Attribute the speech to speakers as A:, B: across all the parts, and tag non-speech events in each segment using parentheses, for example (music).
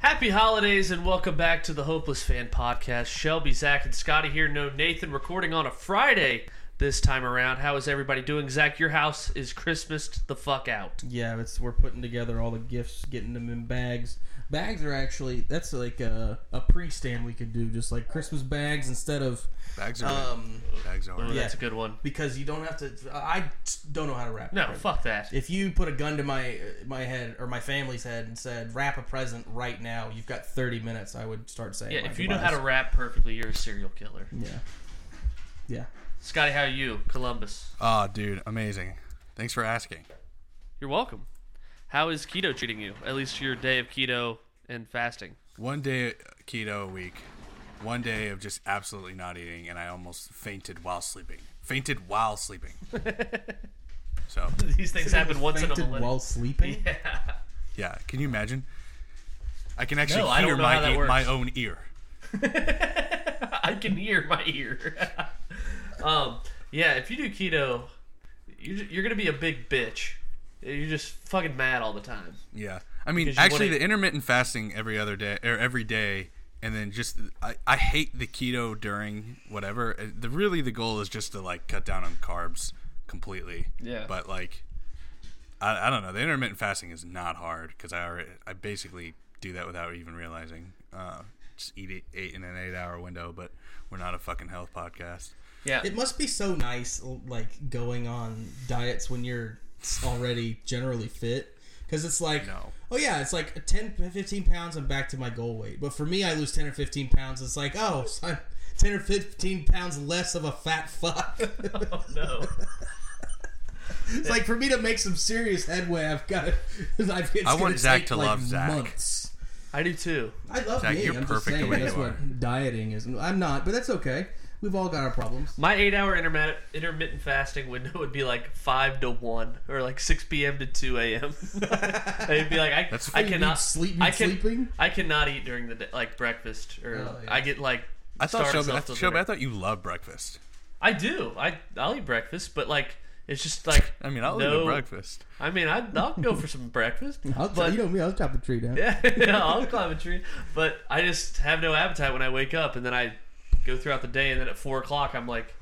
A: Happy holidays and welcome back to the Hopeless Fan Podcast. Shelby, Zach, and Scotty here. No Nathan recording on a Friday this time around. How is everybody doing? Zach, your house is Christmased the fuck out.
B: Yeah, it's we're putting together all the gifts, getting them in bags. Bags are actually that's like a, a pre-stand we could do, just like Christmas bags instead of
C: Bags are
B: um
C: good. bags are.
A: Oh,
C: good.
A: That's
B: Yeah.
A: a good one.
B: because you don't have to. I don't know how to wrap.
A: No,
B: presents.
A: fuck that.
B: If you put a gun to my my head or my family's head and said wrap a present right now, you've got 30 minutes. I would start saying
A: Yeah,
B: my
A: if you know how to
B: goodbyes.
A: rap perfectly, you're a serial killer.
B: Yeah. Yeah.
A: Scotty, how are you? Columbus.
C: Ah, dude, amazing. Thanks for asking.
A: You're welcome. How is keto treating you? At least your day of keto and fasting.
C: One day keto a week, one day of just absolutely not eating, and I almost fainted while sleeping. Fainted
A: (laughs)
C: while sleeping. so
A: These things happen once in a
B: Fainted
A: millennium. (laughs)
B: while sleeping.
C: yeah, can you imagine? I can actually
A: No, I don't
C: hear
A: know how
C: my
A: that
C: e-
A: works.
C: my own ear.
A: (laughs) I can hear my ear. (laughs) um, yeah, if you do keto, you're, you're gonna be a big bitch. You're just fucking mad all the time.
C: Yeah, I mean,
A: Because you
C: actually,
A: wanna-
C: the intermittent fasting every other day or every day, and then just I, I hate the keto during whatever. Uh, The really the goal is just to like cut down on carbs completely.
A: Yeah.
C: but like I, I don't know. The intermittent fasting is not hard because I already I basically do that without even realizing. Uh, just eat it eight in an eight hour window, but we're not a fucking health podcast.
A: Yeah,
B: It must be so nice, like going on diets when you're already generally fit. Because it's like,
C: No.
B: oh yeah, it's like 10, 15 pounds, I'm back to my goal weight. But for me, I lose 10 or 15 pounds. It's like, oh, so I'm 10 or 15 pounds less of a fat fuck.
A: (laughs)
B: (laughs)
A: oh, no.
B: it's like for me to make some serious headway, I've got to. (laughs) I've, it's
C: I want
B: gonna
C: Zach
B: take,
C: to
B: like,
C: love Zach.
B: Months.
A: I do too.
B: I love
C: Zach,
B: me.
C: you're
B: I'm just
C: perfect the
B: saying,
C: way
B: that's
C: you
B: what
C: are.
B: dieting is. I'm not, but that's okay. We've all got our problems.
A: My eight-hour intermittent intermittent fasting window would be like five to one, or like six p.m. to two a.m. (laughs) It'd be like I,
C: That's
A: I
C: full-
A: cannot
B: You'd sleep- you'd
A: I can,
B: sleeping?
A: I cannot eat during the day, like breakfast, or
B: Oh, yeah.
A: I get like.
C: I thought
A: starved
C: Shobi, I,
A: till
C: Shobi,
A: dinner.
C: I thought you loved breakfast.
A: I do. I I'll eat breakfast, but like it's just like
C: I mean, I'll
A: No.
C: eat a breakfast.
A: I mean I I'll go for some breakfast. (laughs)
B: I'll
A: but-
B: you know me. I'll chop a tree down.
A: Yeah, I'll climb a tree, but I just have no appetite when I wake up, and then I go throughout the day, and then at four o'clock I'm like,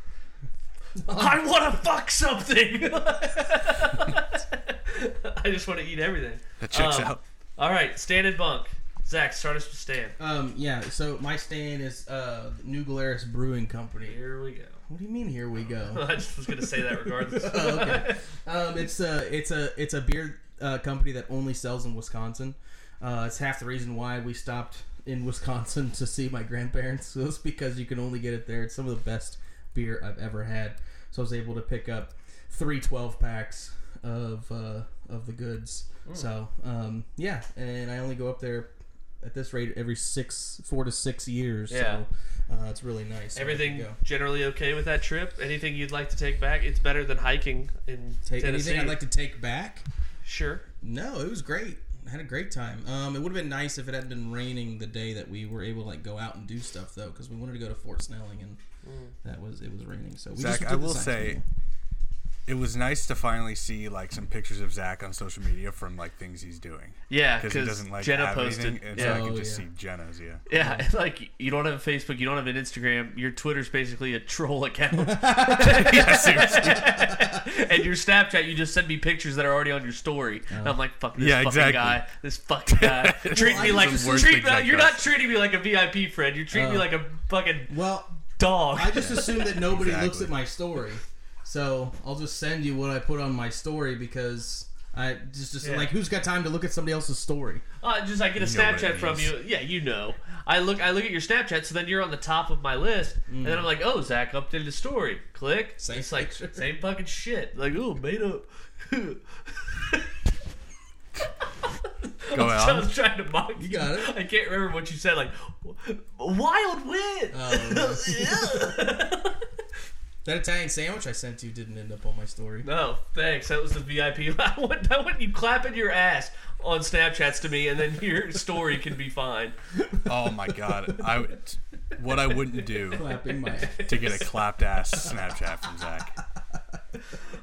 A: I want to fuck something. (laughs) I just want to eat everything.
C: That checks
A: Um,
C: out.
A: All right, stand and bunk. Zach, start us with stand.
B: Um, yeah, so my stand is uh, New Glarus Brewing Company.
A: Here we go. (laughs)
B: What do you mean? Here we go.
A: I just was gonna say that
B: (laughs)
A: regardless.
B: Oh, okay. Um, it's a it's a it's a beer uh, company that only sells in Wisconsin. Uh, it's half the reason why we stopped in Wisconsin (laughs) to see my grandparents. (laughs) It was because you can only get it there. It's some of the best beer I've ever had. So I was able to pick up three 12 packs of uh, of the goods.
A: Hmm.
B: So um, yeah, and I only go up there at this rate every six four to six years.
A: Yeah.
B: So uh, it's really nice. So there you
A: Everything
B: go.
A: generally okay with that trip? Anything you'd like to take back? It's better than hiking in
B: Take
A: Tennessee.
B: anything I'd like to take back.
A: sure.
B: No, it was great. I had a great time. Um, it would have been nice if it hadn't been raining the day that we were able to like go out and do stuff though, because we wanted to go to Fort Snelling and
A: Mm.
B: that was it was raining. So we just
C: Zach,
B: did
C: I
B: the
C: will
B: science
C: say,
B: manual.
C: it was nice to finally see like some pictures of Zach on social media from like things he's doing
A: Yeah,
C: because he doesn't like
A: Jenna
C: have
A: posted.
C: anything, and
A: yeah.
C: so I
B: Oh,
C: can just
B: yeah.
C: see
A: (laughs)
C: Jenna's. Yeah,
A: Yeah, it's like you don't have a Facebook, you don't have an Instagram. Your Twitter's basically a troll account. (laughs) and
C: seriously.
A: your Snapchat, you just send me pictures that are already on your story. And I'm like, fuck this
C: Yeah,
A: fucking
C: exactly.
A: guy, this fucking guy.
C: (laughs)
A: treat
B: Well,
A: me
B: I'm
A: like
C: the worst
A: treat me,
C: exact
A: you're
C: guy.
A: not treating me like a VIP friend. You're treating me
B: Oh.
A: like a fucking
B: Well,
A: dog.
B: I just assume that
C: (laughs)
B: nobody looks
C: Exactly.
B: at my story, so I'll just send you what I put on my story because I just just
A: Yeah.
B: like who's got time to look at somebody else's story?
A: Uh, just I get a
C: You know what
A: Snapchat
C: it
A: from
C: means.
A: you. Yeah, you know. I look I look at your Snapchat, so then you're on the top of my list, and then I'm like, oh, Zach updated a story. Click.
B: Same
A: it's like
B: picture.
A: same fucking shit. Like, ooh, made up. (laughs)
C: go
A: I
C: on.
A: was trying to mock you.
B: Uh-huh. got it.
C: (laughs)
A: I can't remember what you said. Like, wild win.
B: Oh,
A: Yeah.
B: That Italian sandwich I sent you didn't end up on my story.
A: (laughs) no, thanks. (laughs) That was the VIP. I want, I want you clapping your ass on Snapchats to me, and then your story can be fine.
C: Oh my god, I would, what I
B: (laughs)
C: wouldn't do
B: Clapping my.
C: to get a clapped ass Snapchat from Zach.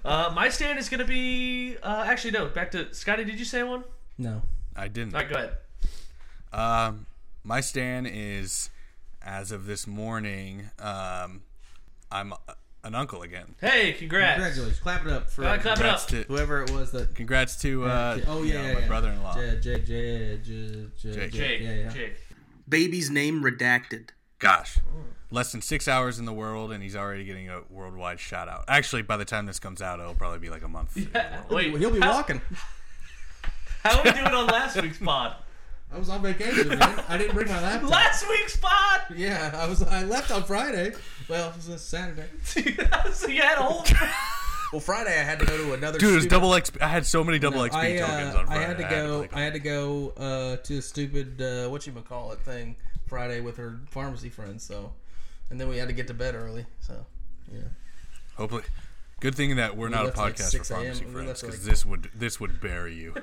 A: Uh, my stand is gonna be uh, actually no. Back to Scotty. Did you say one?
B: No.
C: I didn't.
A: All right, go ahead.
C: Um, my stand is, as of this morning, um, I'm a- an uncle again.
A: Hey, congrats.
B: Congratulations. Clap it up for
A: Uh, clap it
C: Congrats
A: up.
C: to,
B: whoever it was that.
C: congrats to uh,
B: oh
C: you
B: yeah,
C: know,
B: yeah,
C: my
B: yeah.
C: brother-in-law.
B: Yeah, Jake, Jake, Jake, Jake,
C: Jake.
A: Jake.
B: yeah, yeah.
A: Jake.
B: Baby's name redacted.
C: Gosh, less than six hours in the world, and he's already getting a worldwide shout out. Actually, by the time this comes out, it'll probably be like a month. in the world.
A: Wait,
B: He'll be
A: how,
B: walking.
A: How are we doing on last week's
B: (laughs)
A: pod?
B: I was on vacation, man. I didn't
A: (laughs)
B: bring my laptop.
A: Last week's pod. (laughs)
B: Yeah, I was. I left on Friday. Well, it was a Saturday.
A: so you had a
B: (laughs)
A: whole.
B: Well, Friday I had to go to another.
C: Dude, it was
B: stupid-
C: double XP. I had so many double XP
B: I,
C: tokens
B: uh,
C: on
B: I
C: Friday.
B: had to
C: I
B: go.
C: like,
B: I had to go uh, to a stupid uh, what you call it thing Friday with her pharmacy friends. So, and then we had to get to bed early. So, yeah.
C: hopefully, good thing that we're not a
B: left at, like,
C: podcast for
B: 6 a.m.
C: pharmacy
B: We
C: friends
B: left at,
C: because
B: like-
C: this would this would bury you.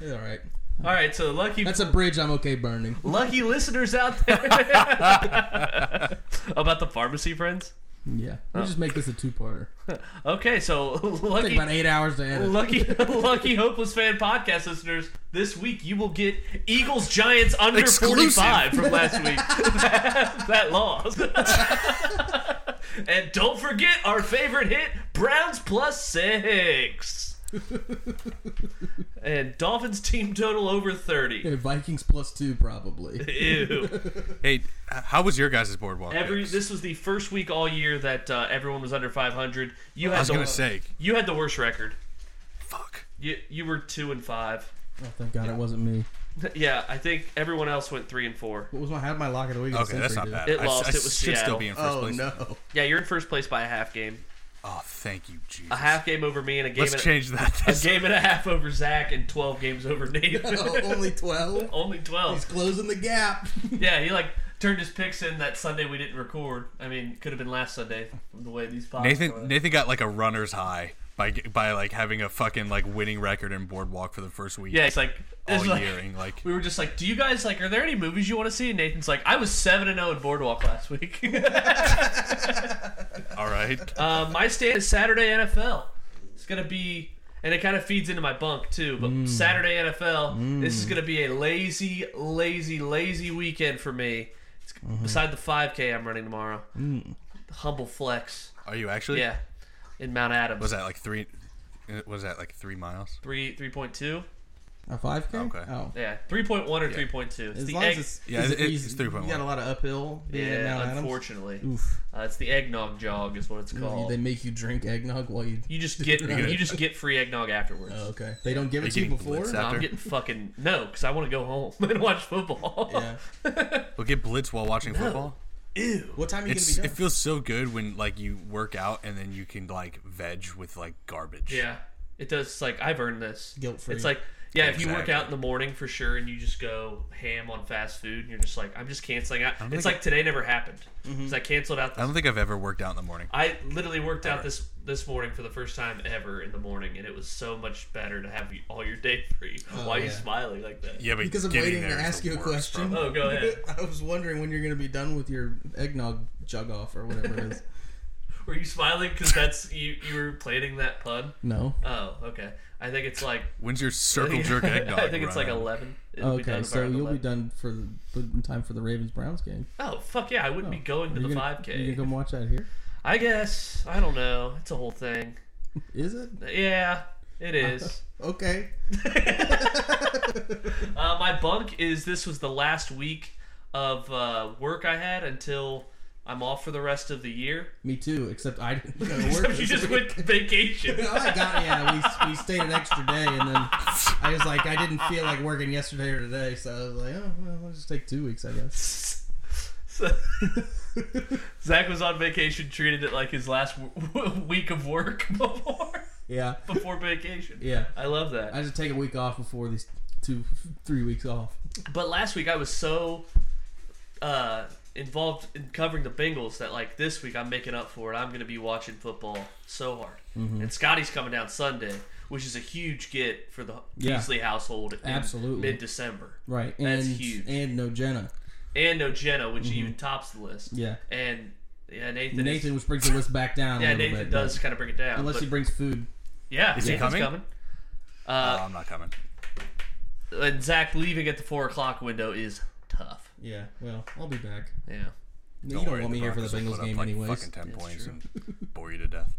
B: It's all right.
A: All right, so lucky
B: That's a bridge I'm okay burning.
A: lucky listeners out there (laughs) about the pharmacy friends.
B: Yeah,
A: Oh.
B: we just make this a two-parter.
A: Okay, so
B: Take
A: lucky
B: about eight hours to edit.
A: lucky lucky hopeless fan podcast listeners, this week you will get Eagles Giants under
C: Exclusive.
A: 45 from last week. (laughs) that, that loss. and don't forget our favorite hit, Browns plus 6. and Dolphins team total over 30.
B: Okay, Vikings plus two
C: (laughs)
B: probably.
A: Ew.
C: hey, how was your guys' boardwalk?
A: Every
C: picks?
A: this was the first week all year that uh, everyone was under 500. You had
C: I was
A: the,
C: gonna say,
A: you had the worst record.
C: fuck.
A: You you were two and five. (laughs)
B: Oh, thank God it wasn't me.
A: Yeah, I think everyone else went three and four.
B: What was my? I had my lock of the week. of the
C: Okay, that's not
B: century,
C: bad.
A: It
C: I,
A: lost,
C: I
A: it was
C: should
A: Seattle.
C: still be in first
B: dude. Oh
C: place. (laughs)
B: no.
A: Yeah, you're in first place by a half game.
C: Oh, thank you, Jesus.
A: A half game over me and a game
C: Let's
A: and
C: change that. (laughs)
A: a game and a half over Zach and twelve games over Nathan.
B: Oh, only twelve.
A: (laughs) Only
B: He's
A: twelve.
B: closing the gap.
A: Yeah, he like turned his picks in that Sunday we didn't record. I mean, could have been last Sunday from the way these pods were.
C: Nathan Nathan got like a runner's high by ge- by like having a fucking like winning record in boardwalk for the first week
A: Yeah, it's like
C: all
A: it's like-
C: year. and, like
A: we were just like, "Do you guys like? Are there any movies you want to see?" And Nathan's like, "I was seven and zero in Boardwalk last week." (laughs)
B: (laughs)
C: all right.
A: uh, my stand is Saturday NFL. It's gonna be, and it kind of feeds into my bunk too. But
B: Mm.
A: Saturday NFL, this is gonna be a lazy, lazy, lazy weekend for me. It's
B: Mm-hmm.
A: beside the 5K I'm running tomorrow.
B: Mm.
A: Humble flex,
C: Are you actually?
A: yeah, in Mount Adams.
C: Was that like three? Was that like three miles?
A: three three point two?
B: A five k.
C: Okay.
B: Oh.
A: Yeah, three point one or three point two. It's
B: As
A: the
B: long
A: egg.
B: as it's,
C: Yeah,
B: is
C: it-
B: easy-
C: it's 3.1.
B: You got a lot of uphill. being in Mount
A: yeah,
B: Adams.
A: unfortunately,
B: Oof.
A: uh, it's the eggnog jog is what it's called.
B: They make you drink eggnog while you.
A: You
B: (laughs)
A: just get
B: Right.
A: you just get free eggnog afterwards.
B: Oh, okay. They don't give it to you
C: getting
B: before.
C: blitzed
A: No,
C: out.
A: I'm
C: After?
A: getting fucking no because I want to go home (laughs) and watch football.
B: Yeah.
C: We'll get blitz while watching football.
A: Ew.
B: What time are you
C: It's
B: gonna be
C: it
B: done?
C: feels so good when like you work out and then you can like veg with like garbage.
A: (laughs) Yeah, it does. it's Like I've earned this.
B: Guilt-free.
A: It's like yeah, if you work
C: Exactly.
A: out in the morning for sure and you just go ham on fast food and you're just like I'm just canceling out.
C: don't
A: It's
C: think
A: like today never happened
B: Mm-hmm.
A: because I canceled out.
C: I
A: This,
C: don't think I've ever worked out in the morning.
A: I literally worked out this this morning for the first time ever in the morning and it was so much better to have you- all your day free. Why are you
B: Oh, yeah.
A: smiling like that?
C: Yeah, but
B: Because I'm
C: getting
B: waiting to
C: there is
B: ask
C: the
B: you a
C: worst,
B: question.
C: bro.
A: Oh, go ahead.
B: (laughs) I was wondering when you're gonna be done with your eggnog jug off or whatever it is.
A: Were you smiling because that's you? You were planning that pun.
B: (laughs) No.
A: Oh, okay. I think it's like
C: When's
A: (laughs)
C: your
B: (laughs)
C: circle jerk eggnog?
A: I think it's
C: run
A: like
C: out?
A: eleven. It'll be
B: Oh, Okay,
A: done
B: so
A: around
B: you'll be
A: 11.
B: done for the in time for the Ravens Browns game.
A: Oh fuck yeah! I wouldn't be going to
B: Are you
A: the
B: gonna-
A: five
B: You
A: k.
B: gonna come watch that here?
A: I guess I don't know. It's a whole thing.
B: Is it?
A: Yeah, it
B: (laughs)
A: is.
B: Okay.
A: uh, my bunk is this was the last week of uh, work I had until I'm off for the rest of the
B: (laughs)
A: year.
B: Me too. Except I didn't go to work.
A: (laughs) Except you
B: this
A: just
B: week. (laughs)
A: went vacation.
B: Oh, I got yeah. We, we stayed an extra day, and then I was like, I didn't feel like working yesterday or today, so I was like, oh, well, I'll just take two weeks, I guess.
A: So- (laughs) Zach was on vacation, treated it like his last w- w- week of work (laughs) before
B: yeah,
A: before vacation.
B: yeah.
A: I love that.
B: I just take a week off before these two, three weeks off.
A: But last week I was so uh, involved in covering the Bengals that like this week I'm making up for it. I'm going to be watching football so hard.
B: Mm-hmm.
A: And Scotty's coming down Sunday, which is a huge get for the
B: Yeah.
A: Beasley household in
B: Absolutely.
A: mid December.
B: Right, and
A: That's huge.
B: and no Jenna.
A: And no Jenna, which even tops the list.
B: Mm-hmm. Yeah,
A: And yeah, Nathan. is-
B: Nathan which brings the list back down. a
A: yeah,
B: little
A: Nathan
B: bit,
A: does kind of bring it down.
B: Unless
A: but-
B: he brings food.
A: yeah,
C: he
A: Nathan's
C: coming?
A: coming. Uh,
C: Oh, I'm not coming.
A: and Zach leaving at the four o'clock window is tough.
B: Yeah, well, I'll be back.
A: Yeah.
B: you don't
C: worry,
B: want me here for the
C: Broncos
B: Bengals
C: will put up,
B: game
C: like,
B: anyways.
C: Fucking ten
A: That's
C: points
A: true.
B: (laughs)
C: and bore you to death.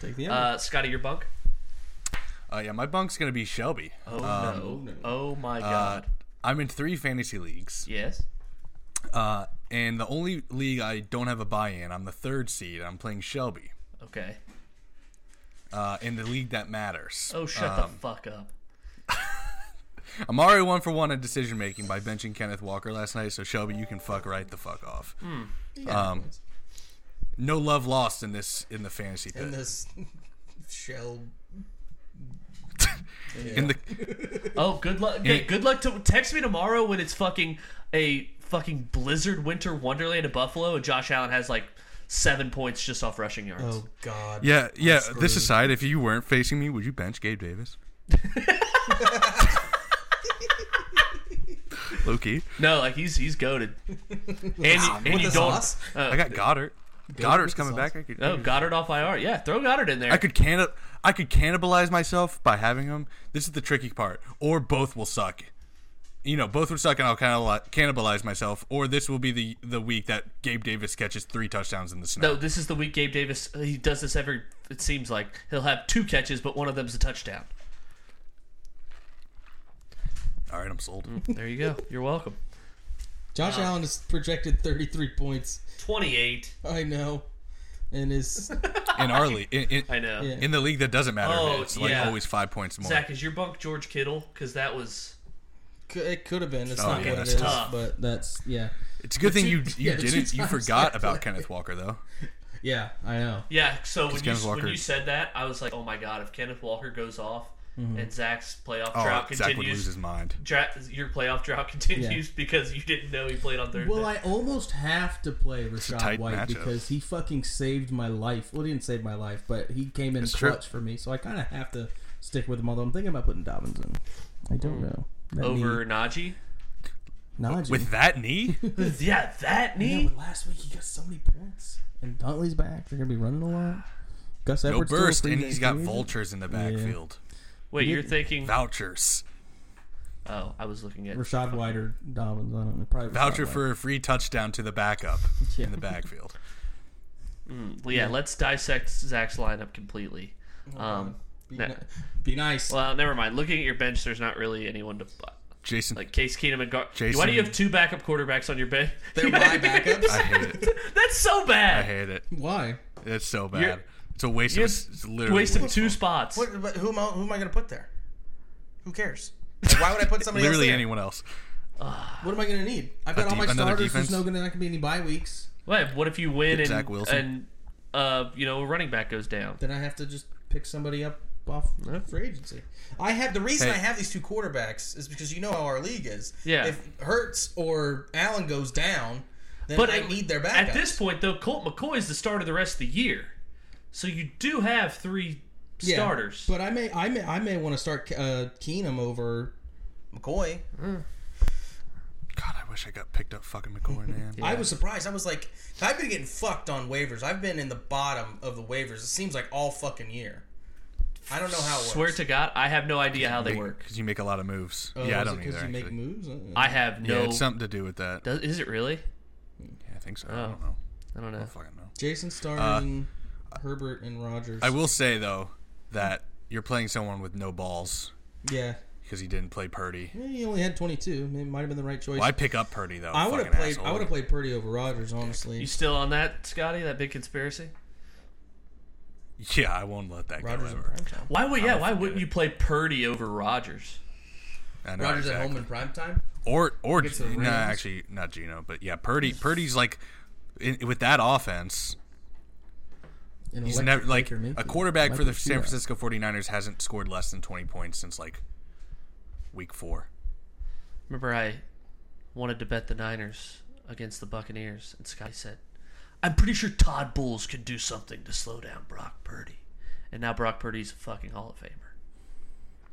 B: Take the other.
A: Uh, Scotty, your bunk.
C: Uh, yeah, my bunk's gonna be Shelby.
A: Oh no!
B: Um, no.
A: Oh my
C: Uh,
A: God!
C: I'm in three fantasy leagues.
A: yes.
C: Uh, and the only league I don't have a buy in, I'm the third seed. I'm playing Shelby
A: Okay.
C: uh, in the league that matters.
A: Oh, shut
C: um,
A: the fuck up.
C: I'm already one for one in decision making by benching Kenneth Walker last night, so Shelby, you can fuck right the fuck off.
A: Mm.
C: um, No love lost in this in the fantasy pit.
B: in this (laughs) shell.
C: in the
A: Oh, good luck.
C: Yeah.
A: Hey, good luck to text me tomorrow when it's fucking a fucking blizzard winter wonderland of Buffalo, and Josh Allen has like seven points just off rushing yards.
B: Oh
A: (laughs)
B: God.
C: yeah yeah.
B: I'm
C: This
B: screwed.
C: aside, if you weren't facing me, would you bench Gabe Davis?
A: (laughs)
C: Loki,
A: No, like he's he's goaded. And, you- and
B: (laughs) With
A: you
B: the
A: don't.
B: sauce?
A: Uh,
C: I got Goddard. Goddard's
B: with the
C: coming
B: sauce.
C: back. I could,
A: oh, Goddard off IR. Yeah, throw Goddard in there.
C: I could can I could cannibalize myself by having him. This is the tricky part. Or both will suck. You know, both would suck, and I'll cannibali- cannibalize myself. Or this will be the the week that Gabe Davis catches three touchdowns in the snow.
A: no, this is the week Gabe Davis. He does this every. It seems like he'll have two catches, but one of them's a touchdown.
C: All right, I'm sold.
A: There you go. You're welcome.
B: Josh
C: Uh,
B: Allen is projected 33 points.
A: Twenty-eight.
B: I know, and is
C: In our league, in, in,
A: I know.
B: Yeah.
C: in the league that doesn't matter,
A: Oh,
C: it's like
A: yeah.
C: always five points more.
A: Zach, is your bunk George Kittle? Because that was
B: (laughs) c- it could have been. It's
C: Oh,
B: not
C: yeah,
B: what it
C: that's
B: is,
A: tough.
B: but that's yeah,
C: It's a good
B: The
C: thing
B: two-
C: you you
B: yeah, the two
C: didn't you
B: times
C: forgot
B: that
C: about
B: play.
C: Kenneth Walker though.
B: yeah. I know.
A: yeah. So when you
C: Kenneth
A: when
C: Walker-
A: you said that, I was like, oh my god, if Kenneth Walker goes off and Zach's playoff
C: Mm-hmm. Oh,
A: drought
C: Zach would lose
A: continues,
C: his mind.
A: dra- your playoff drought (laughs) continues because you didn't know he played on Thursday.
B: Well, I almost have to play Rashad
C: tight
B: White
C: matchup.
B: because he fucking saved my life. Well, he didn't save my life, but he came in
C: true.
B: clutch for me, so I kind of have to stick with him. Although I'm thinking about putting Dobbins in. I don't know. That
A: Over Najee. (laughs)
B: knee- Najee.
C: With that knee,
A: yeah, that
B: yeah,
A: knee.
B: but last week he got so many points, and Duntley's back. They're gonna be running a lot. Gus
C: no
B: Edwards still a
C: burst,
B: free
C: and
B: agent.
C: he's got vultures in the backfield.
A: Wait, you're thinking?
C: Vouchers,
A: Oh, I was looking at.
B: Rashad White or Dobbins. I don't know. Probably
C: voucher
B: Rashad White.
C: for a free touchdown to the backup
B: Yeah.
C: in the backfield.
A: Well, yeah, let's dissect Zach's lineup completely.
B: Oh,
A: Um,
B: Be,
A: Nah.
B: ni- be nice.
A: well, never mind. Looking at your bench, there's not really anyone to
C: Jason,
A: like Case Keenum and Gar. Why
C: Jason-
A: do you have two backup quarterbacks on your bench?
B: They're my
A: (laughs)
B: backups.
C: I hate it.
A: That's so
C: I
A: bad.
C: hate it.
B: Why?
C: It's so bad.
A: You're-
C: it's a waste of.
A: you're
C: It's literally
A: Wasted
C: waste-
A: two spots.
D: What, but who am I, who am I going to put there? Who
C: (laughs)
D: cares? Why would I put somebody
C: Literally
D: else there?
C: anyone else.
B: What am I gonna need? I've got
C: A
B: all my
C: deep- another
B: starters. There's
C: defense?
B: no gonna not gonna be any bye weeks.
A: What, what if you win
C: Get
A: and
C: Zach
A: and
C: Wilson.
A: uh you know a running back goes down?
B: Then I have to just pick somebody up off free agency.
D: I have the reason
C: Hey.
D: I have these two quarterbacks is because you know how our league is.
A: Yeah.
D: If Hertz or Allen goes down, then
A: But
D: I
A: at-
D: need their backup.
A: At this point, though, Colt McCoy is the starter the rest of the year, so you do have three starters.
B: But I may, I may, I may want to start uh, Keenum over.
D: McCoy.
C: God, I wish I got picked up fucking McCoy, man.
D: I was surprised. I was like, I've been getting fucked on waivers. I've been in the bottom of the waivers. It seems like all fucking year. I don't know how it works.
A: Swear to God, I have no idea how they work.
C: Because you make a lot of moves.
B: Oh,
D: Oh,
C: yeah, I don't either.
B: Because you make
C: actually.
B: moves.
D: Uh,
A: I have
C: Yeah,
A: no.
C: it's something to do with that.
A: does, is it really?
C: Yeah, I think so. I
A: Oh.
C: don't know.
A: I don't
C: I
A: know.
C: don't fucking know.
A: Uh,
B: Jason starting Herbert and Rogers.
C: I will say though that you're playing someone with no balls
B: yeah,
C: because he didn't play Purdy.
B: Eh, he only had 22. It might have been the right choice.
C: Why pick up Purdy though?
B: I would have
C: fucking
B: played.
C: asshole?
B: I would have played Purdy over Rogers. Honestly,
A: You still on that, Scotty? That big conspiracy?
C: Yeah, I won't let that
B: Rogers
C: go
B: in
C: ever.
B: prime time.
A: Why would? Yeah, why
C: forget
A: wouldn't
C: it.
A: you play Purdy over Rogers?
C: I know,
B: Rogers at
C: exactly.
B: home in prime time.
C: or or
B: Against the
C: no,
B: Rams.
C: actually not Gino, but yeah, Purdy. Purdy's like in, with that offense.
B: An
C: He's
B: electric
C: never like
B: Baker
C: a
B: Mayfield.
C: quarterback for the
B: Electric
C: San
B: shootout.
C: Francisco 49ers hasn't scored less than 20 points since like week 4.
A: Remember, I wanted to bet the Niners against the Buccaneers, and Scotty said, "I'm pretty sure Todd Bowles can do something to slow down Brock Purdy," and now Brock Purdy's a fucking Hall of Famer.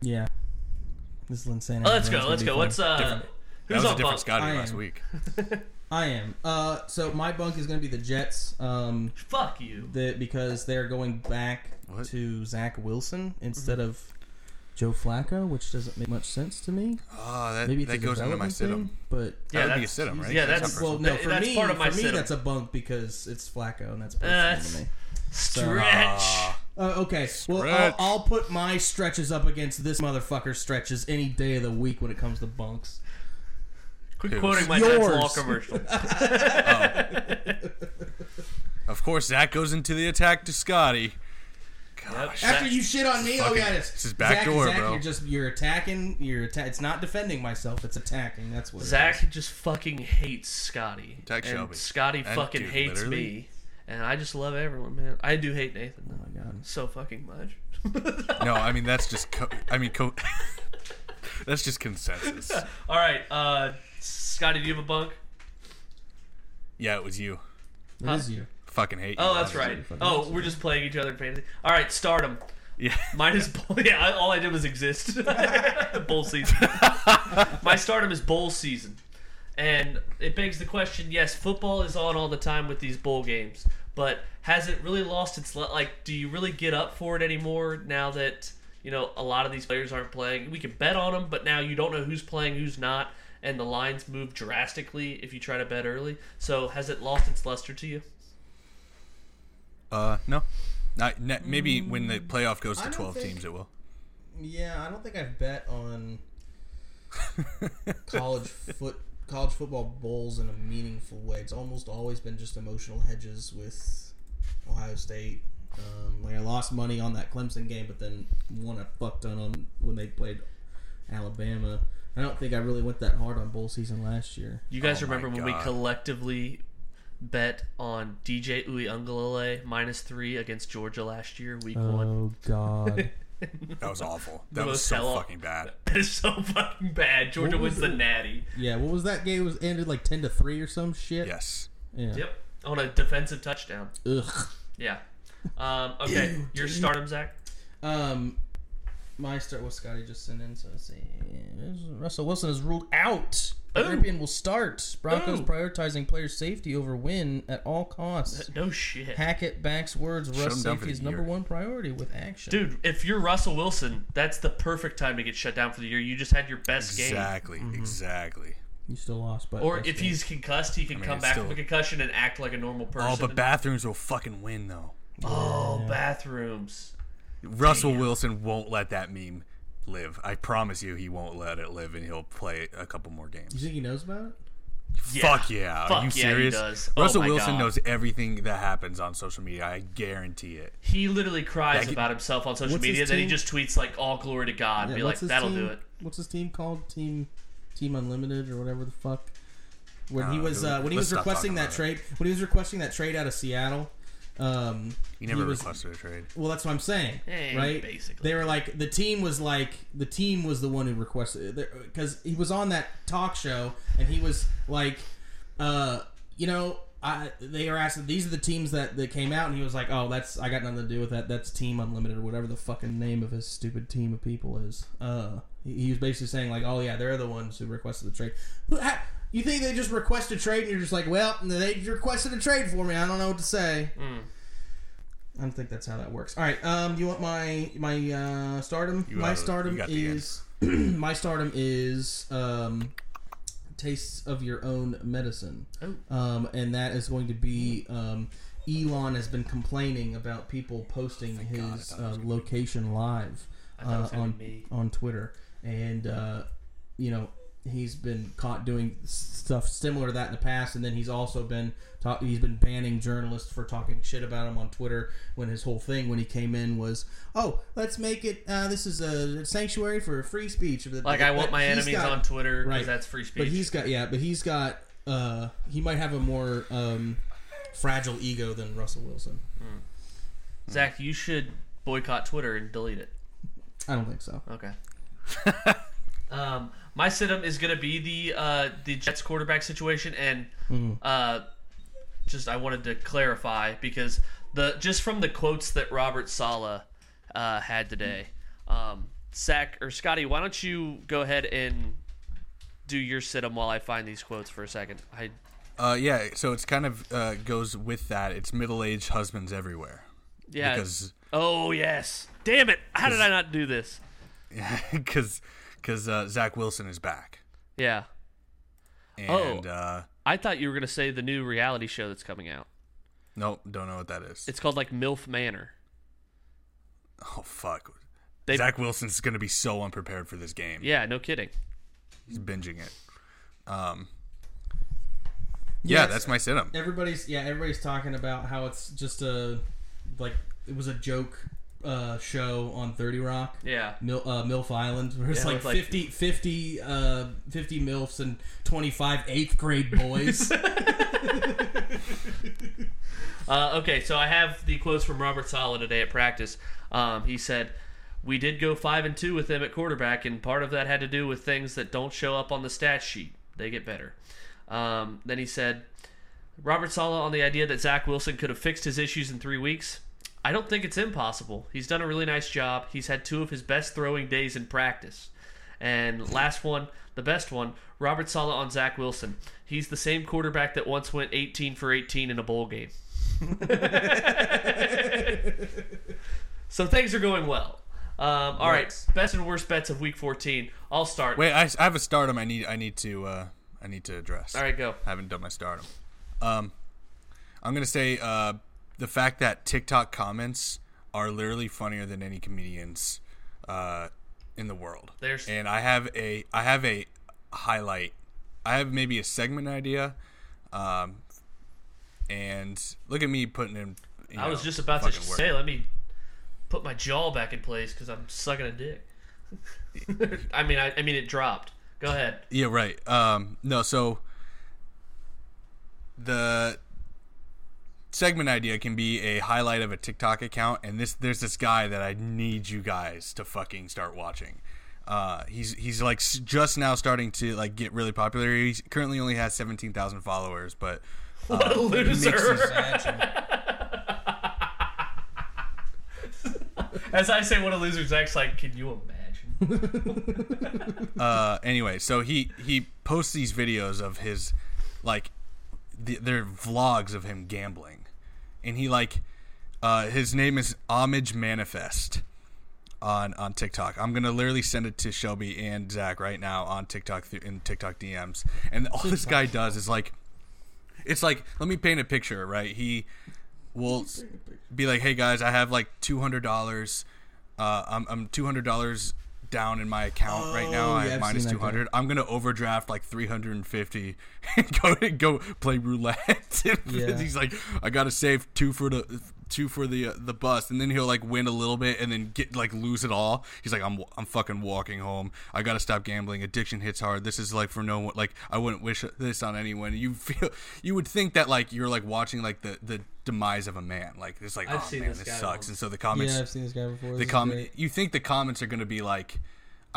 B: Yeah. This is insanity.
A: Oh, Let's
B: It's
A: go.
B: gonna
A: Let's
B: be
A: go.
B: fun.
A: What's uh?
C: That
A: Who's
C: was a
A: on bunk?
C: different Scotty
B: I
C: last
A: (laughs)
B: am.
C: week.
B: I am. Uh, so my bunk is going to be the Jets. Um,
A: Fuck you.
B: that because they're going back
C: What? Mm-hmm.
B: to Zach Wilson instead of Joe Flacco, which doesn't make much sense to me.
C: Oh, that,
B: Maybe it's
C: that
B: a
C: goes into my
B: development
C: situm.
B: thing, But
C: That would be a
A: that's-
C: situm, right?
A: yeah,
C: That's
A: that's-
C: not
B: well, no,
A: That-
B: for
A: that's
B: me,
A: part of my
B: for me,
A: setup.
B: that's a bunk because it's Flacco, and that's personal
A: that's-
B: to me.
A: Stretch.
C: Ah,
B: Uh, okay, well, I'll,
C: Stretch.
B: I'll put my stretches up against this motherfucker's stretches any day of the week when it comes to bunks.
A: Quit
C: Who's?
A: quoting my dad's law
B: Yours.
C: (laughs)
A: commercial.
C: Of course, that goes into the attack to Scotty. Gosh.
B: After you shit on me, oh
C: fucking-
B: yeah, it's
C: this is backdoor,
B: Zach, Zach,
C: bro.
B: You're just you're attacking. You're atta- It's not defending myself. It's attacking. That's what. it is.
A: Zach just fucking hates Scotty.
C: Attack
A: and
C: Shelby.
A: Scotty
C: And
A: fucking
C: dude,
A: hates
C: literally.
A: me. And I just love everyone, man. I do hate Nathan
B: Oh
A: though.
B: my god.
A: so fucking much.
C: No, I mean that's just. Co- I mean, co- (laughs) that's
A: (laughs)
C: just consensus.
A: All right, uh, Scotty, do you have a bunk?
C: Yeah, it was you.
B: It is you.
C: Fucking hate.
A: Oh,
C: you,
A: that's
C: obviously.
A: right. Oh, we're just playing each other in fantasy. All right, stardom.
C: Yeah.
A: (laughs) Mine is bull. Yeah, I, all I did was exist. (laughs) bull season. My stardom is bowl season, and it begs the question: Yes, football is on all the time with these bowl games, but has it really lost its le- like? Do you really get up for it anymore now that you know a lot of these players aren't playing? We could bet on them, but now you don't know who's playing, who's not, and the lines move drastically if you try to bet early. So has it lost its luster to you?
C: Uh, no. Not, ne- maybe when the playoff goes
B: Mm, I
C: to
B: don't
C: 12
B: think-
C: teams, it will.
B: Yeah, I don't think I've bet on college foot college football bowls in a meaningful way. It's almost always been just emotional hedges with Ohio State. Um, like I lost money on that Clemson game, but then won a fuck ton on when they played Alabama. I don't think I really went that hard on bowl season last year.
A: You guys
C: Oh my
A: remember when we
C: God.
A: collectively bet on DJ Uyunglele minus three against Georgia last year, week one? (laughs)
B: God!
C: That was awful.
A: The
C: That was
A: most
C: so
A: hell- (laughs)
C: fucking bad.
A: That is so fucking bad. Georgia
B: What was
A: wins the
B: it?
A: natty.
B: (laughs) yeah, what was that game? It was ended like ten to three or some shit.
C: Yes.
B: Yeah.
A: Yep. On a defensive touchdown.
B: Ugh.
A: Yeah. Um, okay. Your stardom, Zach.
B: Um, my start was Scotty just sent in. So let's see. Russell Wilson is ruled out.
A: Ooh.
B: Caribbean will start. Broncos
A: Ooh.
B: prioritizing player safety over win at all costs.
A: No shit.
B: Hackett backs words. Russ
C: him down
B: safety
C: for the
B: is number
C: year.
B: one priority with action.
A: Dude, if you're Russell Wilson, that's the perfect time to get shut down for the year. You just had your best game. Mm-hmm.
C: Exactly. Exactly.
B: you still lost, but
A: Or
B: that's
A: if
B: good.
A: he's concussed, he can come
C: it's
A: back
C: still-
A: from a concussion and act like a normal person.
C: Oh, but bathrooms will fucking win, though.
A: Oh, bathrooms.
C: Russell Wilson won't let that meme live. I promise you, he won't let it live, and he'll play a couple more games.
B: you think he knows about it?
C: Fuck yeah!
A: Fuck
C: Are you
A: yeah, he
C: serious?
A: does. Oh
C: Russell
A: my
C: Wilson
A: God.
C: knows everything that happens on social media. I guarantee it.
A: He literally cries
C: That-
A: about himself on social
B: What's his
A: media, then he
B: team?
A: just tweets like "All glory to God,"
B: Yeah,
A: be like,
B: what's his
A: "That'll
B: team-
A: do it."
B: What's his team called? Team Team Unlimited or whatever the fuck. When he
C: Uh,
B: was
C: dude,
B: uh, when he
C: let's
B: was
C: stop
B: requesting
C: talking
B: that
C: about it.
B: trade when he was requesting that trade out of Seattle, um,
C: He never
B: was-
C: requested a trade.
B: Well, that's what I'm saying,
A: Eh,
B: right?
A: basically.
B: they were like the team was like the team was the one who requested because he was on that talk show and he was like, uh, you know, I they were asking these are the teams that that came out and he was like, oh, that's I got nothing to do with that. That's Team Unlimited or whatever the fucking name of his stupid team of people is. Uh, he, he was basically saying like, oh yeah, they're the ones who requested the trade. Who? ha you think they just request a trade and you're just like, well, they requested a trade for me. I don't know what to say. I don't think that's how that works. All right. Um, you want my my uh, stardom?
C: You
B: my
C: got it.
B: stardom
C: You got the
B: is (clears throat) my stardom is um, tastes of your own medicine.
A: Oh.
B: Um, and that is going to be um, Elon has been complaining about people posting his
C: thought it
B: uh, location live
A: thought it
B: uh,
A: was gonna
B: on
A: be me.
B: on Twitter, and uh, you know he's been caught doing s- stuff similar to that in the past, and then he's also been talk- he's been banning journalists for talking shit about him on Twitter. When his whole thing when he came in was, oh, let's make it uh, this is a sanctuary for free speech.
A: Like, I want my enemies on Twitter because
B: right.
A: that's free speech.
B: But he's got yeah, but he's got uh, he might have a more um, fragile ego than Russell Wilson.
A: Zach, you should boycott Twitter and delete it.
B: I don't think so.
A: Okay. (laughs) um, my situm is gonna be the uh, the Jets quarterback situation, and uh, just I wanted to clarify because the just from the quotes that Robert Sala uh, had today, um, Zach or Scotty, why don't you go ahead and do your situm while I find these quotes for a second? I
C: Uh, yeah, so it's kind of uh, goes with that. It's middle-aged husbands everywhere
A: yeah.
C: because
A: oh yes, damn it! How did I not do this?
C: (laughs) because because uh, Zach Wilson is back,
A: Yeah. Oh.
C: and uh,
A: I thought you were gonna say the new reality show that's coming out.
C: nope, don't know what that is.
A: It's called like MILF Manor.
C: oh fuck,
A: They-
C: Zach Wilson's gonna be so unprepared for this game.
A: Yeah, no kidding.
C: He's binging it. Um, yeah,
B: Yes.
C: that's my sit 'em.
B: everybody's yeah everybody's talking about how it's just a like it was a joke uh, show on 30 rock
A: Yeah.
B: Mil, uh, milf island where it's
A: Yeah,
B: like
A: with, like-
B: 50 50 uh 50 milfs and 25 eighth grade boys
A: Uh, okay, so I have the quotes from Robert Sala today at practice. Um, he said, "We did go five and two with them at quarterback, and part of that had to do with things that don't show up on the stat sheet. They get better." Um, then he said, "Robert Sala on the idea that Zach Wilson could have fixed his issues in three weeks. I don't think it's impossible. He's done a really nice job. He's had two of his best throwing days in practice." And last one, the best one, Robert Sala on Zach Wilson. He's the same quarterback that once went 18 for 18 in a bowl game. So things are going well. Um, all right, best and worst bets of week 14. I'll start.
C: Wait, I, I have a stardom. I need I need to uh, I need to address.
A: All right, go.
C: I haven't done my stardom. Um, I'm gonna say uh, the fact that TikTok comments are literally funnier than any comedians uh, in the world.
A: There's-
C: and I have a I have a highlight. I have maybe a segment idea, um, and look at me putting in. you
A: I was
C: know,
A: just about to
C: fucking work.
A: say, let me put my jaw back in place because I'm sucking a dick. (laughs) I mean, I, I mean, it dropped. Go ahead. (laughs)
C: Yeah, right. Um, no, so the segment idea can be a highlight of a TikTok account, and this there's this guy that I need you guys to fucking start watching. Uh, he's he's like s- just now starting to like get really popular. He currently only has seventeen thousand followers, but
A: What a loser!
D: Imagine.
A: As I say, what a loser. Zach's like, can you imagine?
C: uh, anyway, so he he posts these videos of his like the, they're vlogs of him gambling, and he like uh, his name is Homage Manifest on on TikTok. I'm gonna literally send it to Shelby and Zach right now on TikTok th- in TikTok DMs, and all this guy does is like it's like let me paint a picture right he will s- be like hey guys i have like $200 uh, i'm, I'm $200 down in my account right now i
B: Oh, yeah,
C: have
B: I've
C: minus
B: seen that guy.
C: 200 i'm gonna overdraft like 350 (laughs) and go go play roulette (laughs)
B: Yeah.
C: he's like i gotta save two for the two for the uh, the bus and then he'll like win a little bit and then get like lose it all he's like i'm i'm fucking walking home i gotta stop gambling addiction hits hard this is like for no one like i wouldn't wish this on anyone you feel you would think that like you're like watching like the the demise of a man like it's like
A: I've
C: oh
A: seen
C: man
A: this
C: this,
A: guy
C: sucks
A: once.
C: and so the comments
B: yeah i've seen this guy before
C: the comment you think the comments are going to be like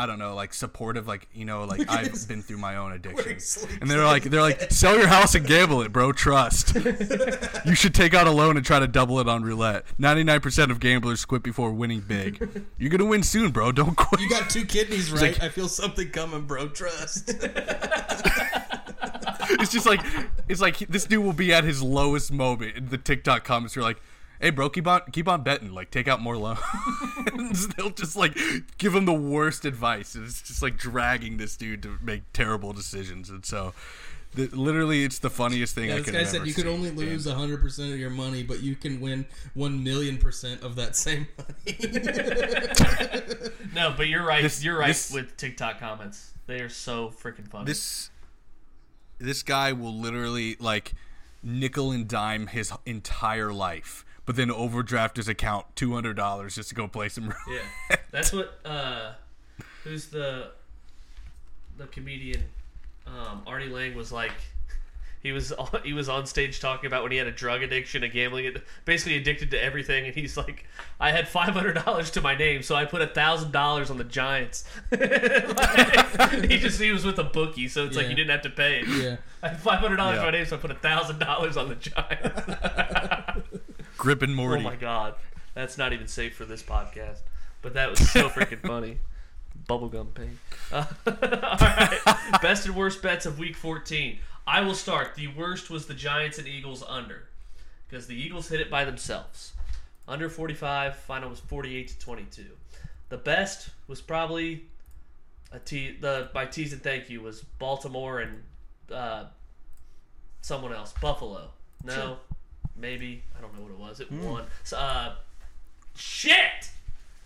C: I don't know, like supportive, like you know, like I've been through my own addiction,
D: sleeps
C: and they're like, they're like, sell your house and gamble it,
D: (laughs)
C: bro. Trust. you should take out a loan and try to double it on roulette. Ninety nine percent of gamblers quit before winning big. You're gonna win soon, bro. Don't quit.
D: You got two kidneys, right?
C: like-
D: I feel something coming, bro. Trust.
C: it's just like, it's like this dude will be at his lowest moment, and the TikTok comments are like, hey, bro, keep on, keep on betting, like take out more loans. (laughs) They'll just like give him the worst advice, and it's just like dragging this dude to make terrible decisions, and so. th literally, it's the funniest thing I
B: this
C: could
B: guy
C: have
B: said
C: ever
B: you could
C: seen,
B: only
C: dude.
B: lose 100% of your money but you can win 1 million percent of that same (laughs)
A: No, but you're right.
C: This-
A: you're right
C: this-
A: with TikTok comments. They are so freaking funny.
C: this this guy will literally like nickel and dime his entire life but then overdraft his account $200 just to go play some
A: Yeah,
B: (laughs)
A: that's what. Uh, who's the the comedian? Um, Artie Lang was like. (laughs) He was on, he was on stage talking about when he had a drug addiction, a gambling, ad- basically addicted to everything, and he's like, "I had five hundred dollars to my name, so I put thousand dollars on the Giants." (laughs) Like, he just he was with a bookie, so it's like
B: Yeah.
A: you didn't have to pay.
B: yeah
A: I had five hundred dollars
C: Yeah.
A: to my name, so I put thousand dollars on the Giants.
C: (laughs)
A: (laughs)
C: grip and
A: Oh
C: morty
A: my god, that's not even safe for this podcast. But that was so freaking funny. Bubblegum pain. (laughs) Uh, all right, best and worst bets of Week 14. I will start. The worst was the Giants and Eagles under, because the Eagles hit it by themselves. Under 45, final was 48 to 22. The best was probably a tea. The my tease and thank you was Baltimore and uh, someone else. Buffalo. No, maybe I don't know what it was.
B: Hmm.
A: It won. So, uh, shit.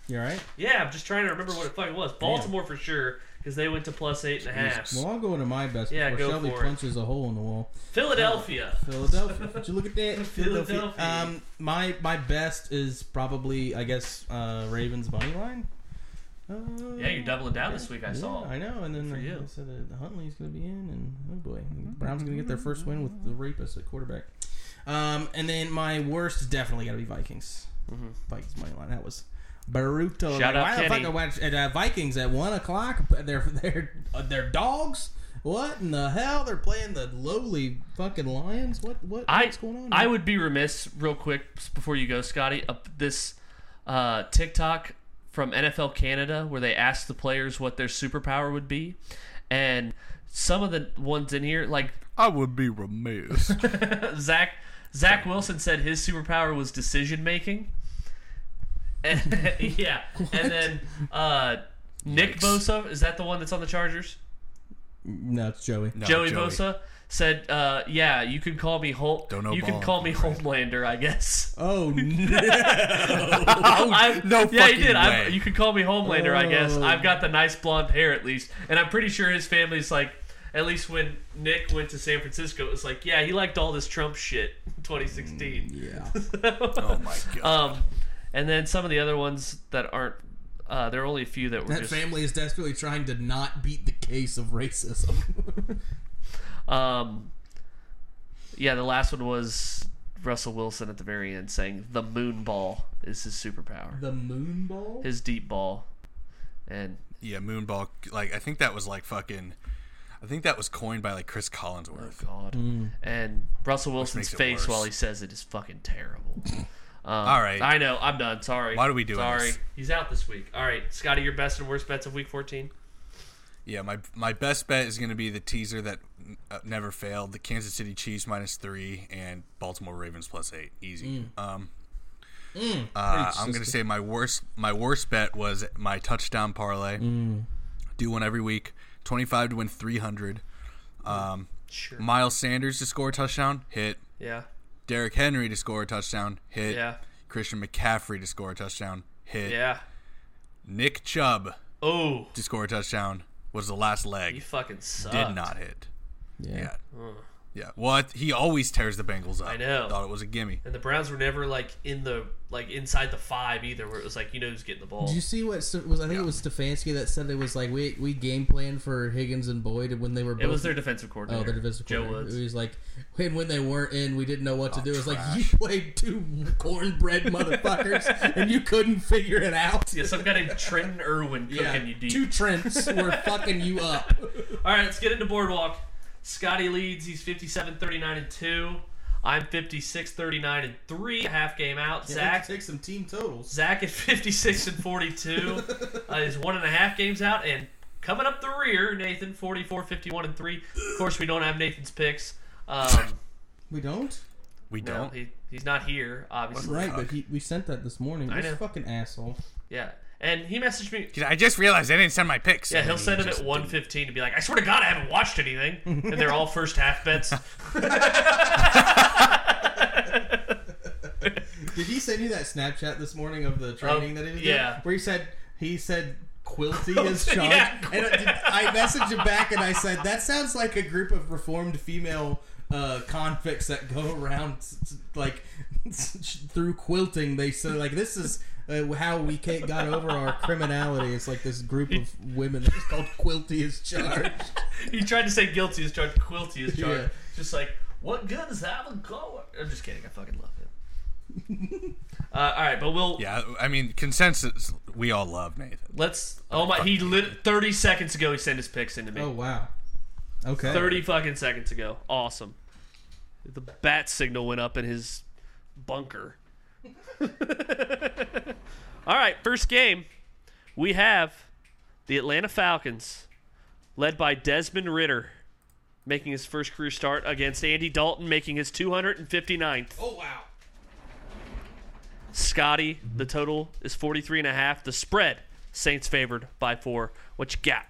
B: You all right?
A: Yeah, I'm just trying to remember what it fucking was. Baltimore for sure because they went to plus eight and a half.
B: Well, I'll go to my best
A: Yeah,
B: before
A: go
B: Shelby
A: for it.
B: punches a hole in the wall.
A: Philadelphia.
B: Philadelphia. Did you look at that?
A: Philadelphia.
B: Um, my my best is probably I guess uh, Ravens money line. Uh,
A: Yeah, you're doubling down this week. I
B: yeah,
A: saw.
B: I know, and then
A: for
B: I
A: you. Mm-hmm.
B: said that Huntley's going to be in, and oh boy, the Browns going to get their first win with the rapist at quarterback. Um, and then my worst is definitely got to be Vikings. Vikings money line. That was brutal.
A: Mm-hmm. Shout out
B: why the
A: Kenny.
B: fuck I watched at uh, Vikings at one o'clock? They're (laughs) they're uh, they're dogs. What in the hell? They're playing the lowly fucking Lions. What what
A: I,
B: what's going on?
A: I
B: here?
A: would be remiss, real quick, s- before you go, Scotty. Up this uh, TikTok from NFL Canada, where they asked the players what their superpower would be, and some of the ones in here, like
C: I would be remiss.
A: Zach Zach Wilson said his superpower was decision making. (laughs) And, yeah, and then uh, Nick Bosa is that the one that's on the Chargers?
B: no, it's Joey.
A: (laughs)
C: No,
A: Joey,
C: Oh,
A: Bosa said, uh, "Yeah, you can call me Hol-
C: Don't know
A: You can
C: ball.
A: call me Homelander, I
C: (laughs)
A: guess." (laughs)
B: Oh no!
A: I-
C: Oh, no
A: yeah,
C: fucking
A: you did.
C: way.
A: I'm, you can call me Homelander, I guess.
B: Oh.
A: I've got the nice blonde hair, at least, and I'm pretty sure his family's like. At least when Nick went to San Francisco, it was like, yeah, he liked all this Trump shit in
C: Mm,
A: 2016.
B: (laughs) yeah.
C: Oh
A: (laughs)
C: my god.
A: Um, and then some of the other ones that aren't. Uh, there are only a few that were
B: That
A: just.
B: family is desperately trying to not beat the case of racism. (laughs)
A: Um, yeah, the last one was Russell Wilson at the very end saying the moon ball is his superpower,
B: the moon ball?
A: his deep ball, and
C: yeah, Moonball. Like I think that was like fucking. I think that was coined by like Chris Collinsworth.
A: God, and Russell Wilson's
C: makes it
A: face
C: worse.
A: while he says it is fucking terrible. (laughs) Um,
C: All right.
A: I know. I'm done. Sorry.
C: Why do we do
A: Sorry,
C: this?
A: he's out this week. All right, Scotty, your best and worst bets of week 14.
C: Yeah, my my best bet is going to be the teaser that uh, never failed: the Kansas City Chiefs minus three and Baltimore Ravens plus eight. Easy.
A: Mm.
C: Um, uh, I'm going to say my worst my worst bet was my touchdown parlay.
A: Mm.
C: Do one every week, twenty five to win three hundred. Um,
A: Sure.
C: Miles Sanders to score a touchdown, hit.
A: Yeah.
C: Derrick Henry to score a touchdown, hit.
A: Yeah.
C: Christian McCaffrey to score a touchdown, hit.
A: Yeah.
C: Nick Chubb
A: Oh,
C: to score a touchdown was the last leg.
A: you fucking suck.
C: Did not hit.
B: Yeah.
C: Yeah. Yeah. What? He always tears the Bengals up. I
A: know.
C: Thought it was a gimme.
A: And the Browns were never like in the like inside the five either, where it was like you know who's getting the ball.
B: Did you see what Ste- was? I think it was Stefanski that said it was like we we game plan for Higgins and Boyd when they were both.
A: It was their defensive coordinator.
B: Oh, their defensive
A: Joe
B: coordinator.
A: Woods.
B: He was like, when when they weren't in, we didn't know what to do. It was like
C: trash.
B: you played two cornbread motherfuckers and you couldn't figure it out.
A: Yeah, some guy named Trenton Irwin cooking you deep.
B: two
A: (laughs)
B: Trents were fucking you up.
A: All right, let's get into boardwalk. Scotty leads. He's 57, 39, and two. I'm 56, 39, and three. a Half game out. Zach.
B: take some team totals.
A: Zach at 56 and 42
B: (laughs)
A: uh, is one and a half games out, and coming up the rear, Nathan 44, 51, and three. Of course, we don't have Nathan's picks.
B: (laughs)
A: Um,
B: We don't.
C: We
A: no,
C: don't.
A: he, he's not here, obviously.
B: Right, but he, we sent that this morning.
A: I
B: This
A: know.
B: fucking asshole.
A: Yeah, and he messaged me.
C: I just realized I didn't send my picks.
A: Yeah, he'll send it
C: Just
A: at one fifteen to be like, I swear to God, I haven't watched anything, and they're all first half bets.
B: Did he send you that Snapchat this morning of the training
A: Um,
B: that he was
A: yeah.
B: doing? Where he said he said Quilty
A: (laughs)
B: is charged.
A: yeah,
B: and I, did- I messaged him back and I said that sounds like a group of reformed female uh, convicts that go around s- s- like through quilting. They said like this is. Uh, how we ca- got over our criminality? It's like this group of women that's called Quilty is charged.
A: (laughs) he tried to say guilty as charged, quilty as charged.
B: Yeah.
A: Just like, what good is having color? I'm just kidding. I fucking love him. uh, all right, but we'll
C: Yeah, I mean consensus. We all love Nathan.
A: let's. Oh my! He lit thirty seconds ago. He sent his picks into me.
B: Oh wow. Okay.
A: Thirty fucking seconds ago. Awesome. The bat signal went up in his bunker. (laughs) All right, first game. We have the Atlanta Falcons, led by Desmond Ritter, making his first career start against Andy Dalton, making his 259th.
B: Oh wow.
A: Scotty, the total is 43 and a half. The spread Saints favored by four. What you got?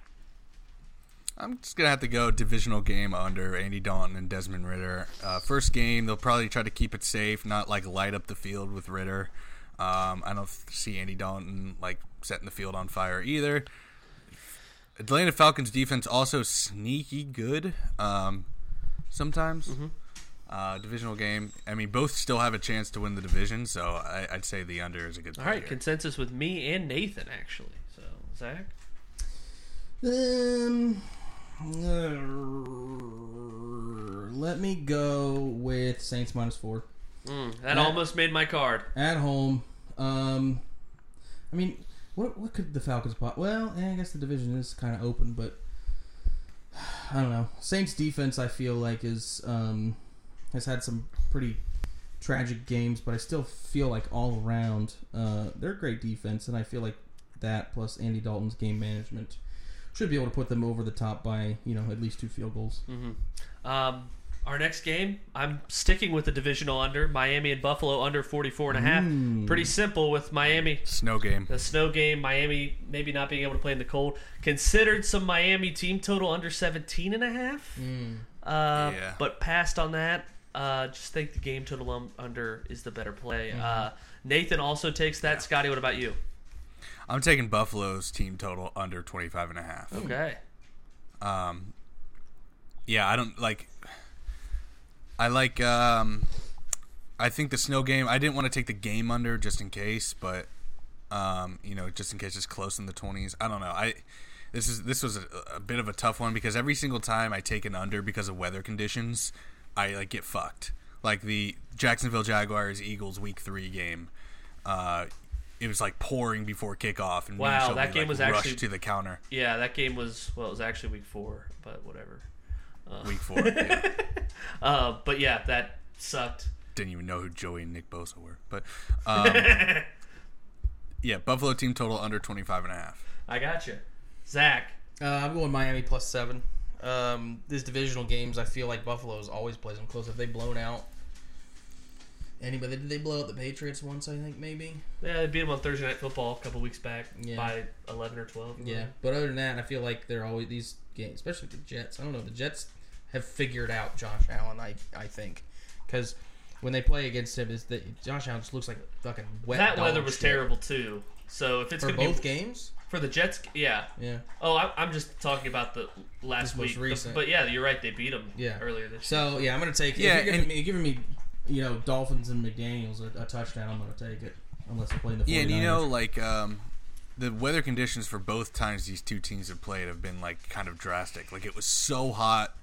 C: I'm just gonna have to go divisional game under Andy Dalton and Desmond Ritter. Uh, first game, they'll probably try to keep it safe, not like light up the field with Ritter. Um, I don't see Andy Dalton like setting the field on fire either. Atlanta Falcons defense also sneaky good. Um, sometimes
A: Mm-hmm.
C: uh, divisional game. I mean, both still have a chance to win the division, so I, I'd say the under is a good.
A: All right,
C: play here.
A: consensus with me and Nathan actually. So Zach,
B: Um, uh, let me go with Saints minus four
A: that almost made my card.
B: at home. Um, I mean, what what could the Falcons pot? Well, eh, I guess the division is kind of open, but (sighs) I don't know. Saints defense, I feel like is um has had some pretty tragic games, but I still feel like all around uh, they're great defense, and I feel like that plus Andy Dalton's game management should be able to put them over the top by you know at least two field goals.
A: Um, our next game, I'm sticking with the divisional under Miami and Buffalo under 44 and a half. Pretty simple with Miami.
C: Snow game.
A: The snow game, Miami maybe not being able to play in the cold. Considered some Miami team total under 17 and a half. Uh,
C: Yeah.
A: But passed on that. Uh, just think the game total um, under is the better play. Uh, Nathan also takes that. Scotty, what about you?
C: I'm taking Buffalo's team total under 25 and a half.
A: Okay.
C: yeah, I don't like. I like. Um, I think the snow game. I didn't want to take the game under just in case, but um, you know, just in case it's close in the twenties. I don't know. I this is this was a, a bit of a tough one because every single time I take an under because of weather conditions, I like get fucked. Like the Jacksonville Jaguars Eagles Week Three game. Uh, it was like pouring before kickoff, and me and
A: Wow,
C: Shelby,
A: that game
C: like,
A: was
C: rushed
A: actually-
C: to the counter.
A: Yeah, that game was, well, it was actually week four, but whatever.
C: Week four,
A: (laughs)
C: yeah.
A: Uh, but yeah, that sucked.
C: didn't even know who Joey and Nick Bosa were. But um, yeah, Buffalo team total under 25 and a half.
A: I got you. Zach.
D: Uh, I'm going Miami plus seven. Um, these divisional games, I feel like Buffalo's always plays them close. Have they blown out anybody? Did they blow out the Patriots once? I think maybe.
A: Yeah, they beat him on Thursday Night Football a couple weeks back
D: Yeah.
A: by 11 or 12.
D: Yeah, but other than that, I feel like they're always these games, especially the Jets. I don't know. The Jets have figured out Josh Allen. I I think because when they play against him, is that Josh Allen just looks like fucking wet.
A: That
D: dog
A: weather was
D: shit.
A: terrible, too. So if it's
D: for
A: going to be
D: both games.
A: for the Jets, yeah.
D: Yeah.
A: Oh, I, I'm just talking about the last
D: This most
A: week. The-
D: recent.
A: but yeah, you're right. They beat them
D: Yeah.
A: earlier this year.
D: So yeah, I'm gonna take.
C: Yeah,
B: You're giving
C: and-
B: me, you're giving me you know Dolphins and McDaniel's a, a touchdown. I'm going to take it unless they're playing the 49ers.
C: Yeah, and you know, like um, the weather conditions for both times these two teams have played have been like kind of drastic. Like it was so hot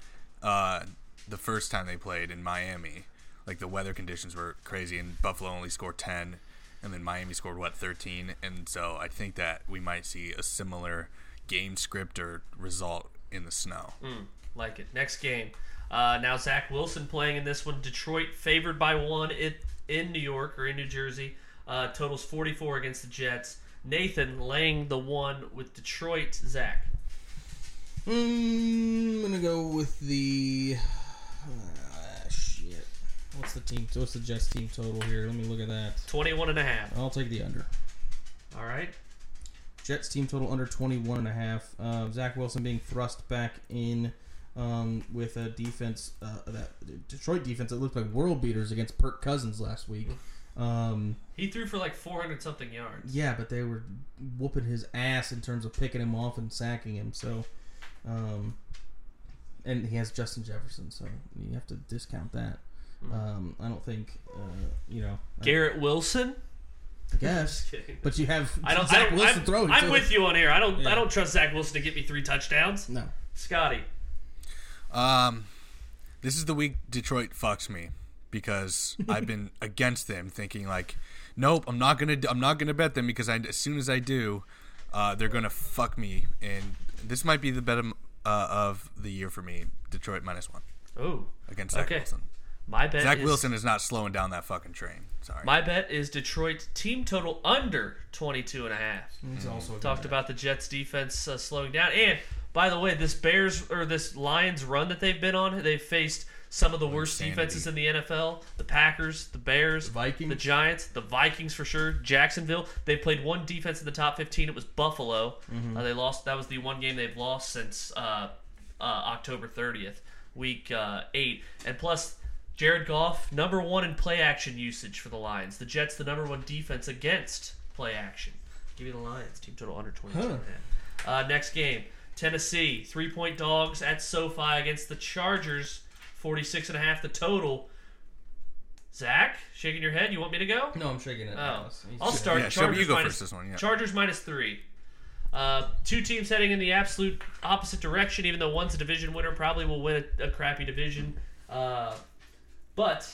C: uh, the first time they played in Miami. Like the weather conditions were crazy, and Buffalo only scored 10, and then Miami scored what 13. And so I think that we might see a similar game script or result in the snow.
A: Like it. Next game. Uh, now Zach Wilson playing in this one. Detroit favored by one it, in New York or in New Jersey. Uh, totals 44 against the Jets. Nathan laying the one with Detroit. Zach.
B: Mm, I'm gonna go with the ah, shit. What's the team? What's the Jets team total here? Let me look at that.
A: 21 and a half.
B: I'll take the under.
A: All right.
B: Jets team total under 21 and a half. Uh, Zach Wilson being thrust back in um, with a defense uh, that Detroit defense that looked like world beaters against Kirk Cousins last week. Um,
A: He threw for like 400 something yards.
B: yeah, but they were whooping his ass in terms of picking him off and sacking him. So, um, and he has Justin Jefferson, so you have to discount that.
A: Hmm.
B: Um, I don't think uh, you know. I
A: Garrett Wilson. (laughs)
B: guess, (laughs)
A: kidding.
B: but you have
A: I don't. I
B: Zach
A: don't
B: Wilson
A: I'm,
B: throwing.
A: I'm
B: too.
A: with you on here. I don't. I
B: Yeah.
A: don't trust Zach Wilson to get me three touchdowns.
B: No,
A: Scotty.
C: Um, this is the week Detroit fucks me because I've been against them, thinking like, nope, I'm not gonna, I'm not gonna bet them because I, as soon as I do, uh, they're gonna fuck me, and this might be the bet of, uh, of the year for me. Detroit minus one
A: Oh,
C: against Zach
A: Okay.
C: Wilson.
A: my bet.
C: Zach
A: is,
C: Wilson is not slowing down that fucking train. Sorry.
A: My bet is Detroit team total under 22 and a half.
B: it's also a good
A: Talked about the Jets defense uh, slowing down, and by the way, this Bears or this Lions run that they've been on, they've faced some of the worst
C: Insanity.
A: defenses in the NFL. The Packers, the Bears, the
B: Vikings.
A: the Giants, the Vikings for sure, Jacksonville. They played one defense in the top 15. It was Buffalo. Uh, they lost. That was the one game they've lost since uh, uh, October 30th, week uh, eight. And plus, Jared Goff, number one in play action usage for the Lions. The Jets, the number one defense against play action. Give me the Lions. Team total under 22. and a half. Uh, next game, Tennessee, three point dogs at SoFi against the Chargers. 46 and a half the total. Zach, shaking your head. You want me to go?
D: No, I'm shaking it.
A: Oh,
D: Alice. You
A: I'll
D: should-
A: start.
C: Yeah, Shelby,
A: Chargers
C: you go
A: minus-
C: first this one, yeah.
A: Chargers minus three. Uh, two teams heading in the absolute opposite direction, even though one's a division winner, probably will win a, a crappy division. Uh, but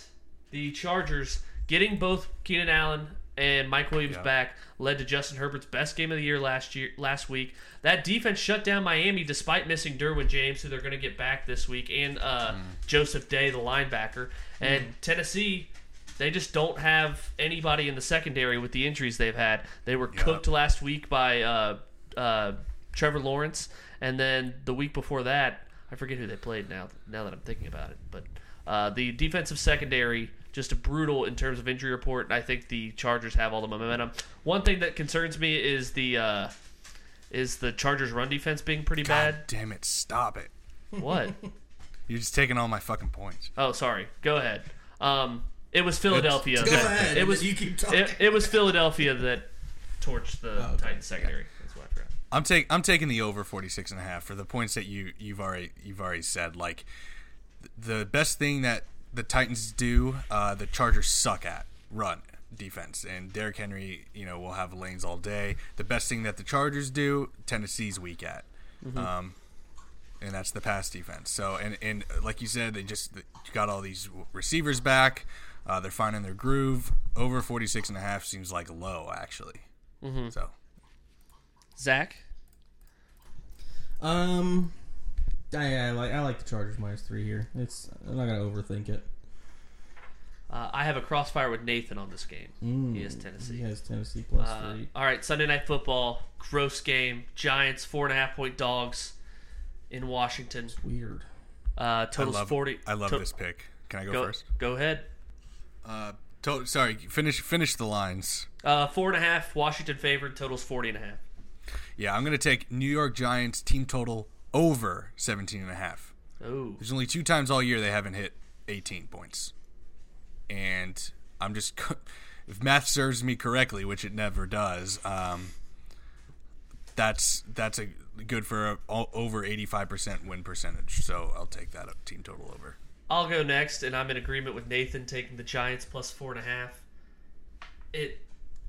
A: the Chargers getting both Keenan Allen and Mike Williams
C: Yeah.
A: back led to Justin Herbert's best game of the year last year last week. That defense shut down Miami despite missing Derwin James, who they're going to get back this week, and uh, Joseph Day, the linebacker. And Tennessee, they just don't have anybody in the secondary with the injuries they've had. They were cooked last week by uh, uh, Trevor Lawrence, and then the week before that, I forget who they played now. Now that I'm thinking about it, but uh, the defensive secondary just brutal in terms of injury report. And I think the Chargers have all the momentum. One thing that concerns me is the uh, is the Chargers run defense being pretty
C: God damn it! Stop it!
B: (laughs)
A: bad. What?
C: You're just taking all my fucking points.
A: Oh, sorry. Go ahead. Um, it was Philadelphia.
B: Go ahead.
A: It was
B: You keep talking. Oh,
A: it, it was Philadelphia that torched the
B: okay.
A: Titans secondary. That's what I forgot.
C: I'm take I'm taking the over 46 and a half for the points that you you've already you've already said like th- the best thing that the Titans do uh, the Chargers suck at run defense and Derrick Henry you know will have lanes all day the best thing that the Chargers do Tennessee's weak at um, and that's the pass defense so and and uh, like you said they just they got all these receivers back uh, they're finding their groove over 46 and a half seems like low actually so
A: Zach.
B: Um,
D: I, I like I like the Chargers minus three here. It's I'm not gonna overthink it.
A: Uh, I have a crossfire with Nathan on this game. he is Tennessee.
D: He has Tennessee plus
A: Uh,
D: three.
A: all right, Sunday night football, gross game. Giants four and a half point dogs in Washington.
D: Weird.
A: Uh, totals
C: I love,
A: forty.
C: I love
A: to-
C: this pick. Can I go,
A: Go,
C: first?
A: go ahead.
C: Uh, to- sorry, finish finish the lines.
A: Uh, four and a half. Washington favored. Totals forty and a half.
C: Yeah, I'm going to take New York Giants team total over 17 and a half.
A: Oh,
C: There's only two times all year they haven't hit 18 points. And I'm just (laughs) if math serves me correctly, which it never does, um, that's that's a good for a, o- over 85% win percentage. So I'll take that team total over.
A: I'll go next, and I'm in agreement with Nathan taking the Giants plus four and a half. It,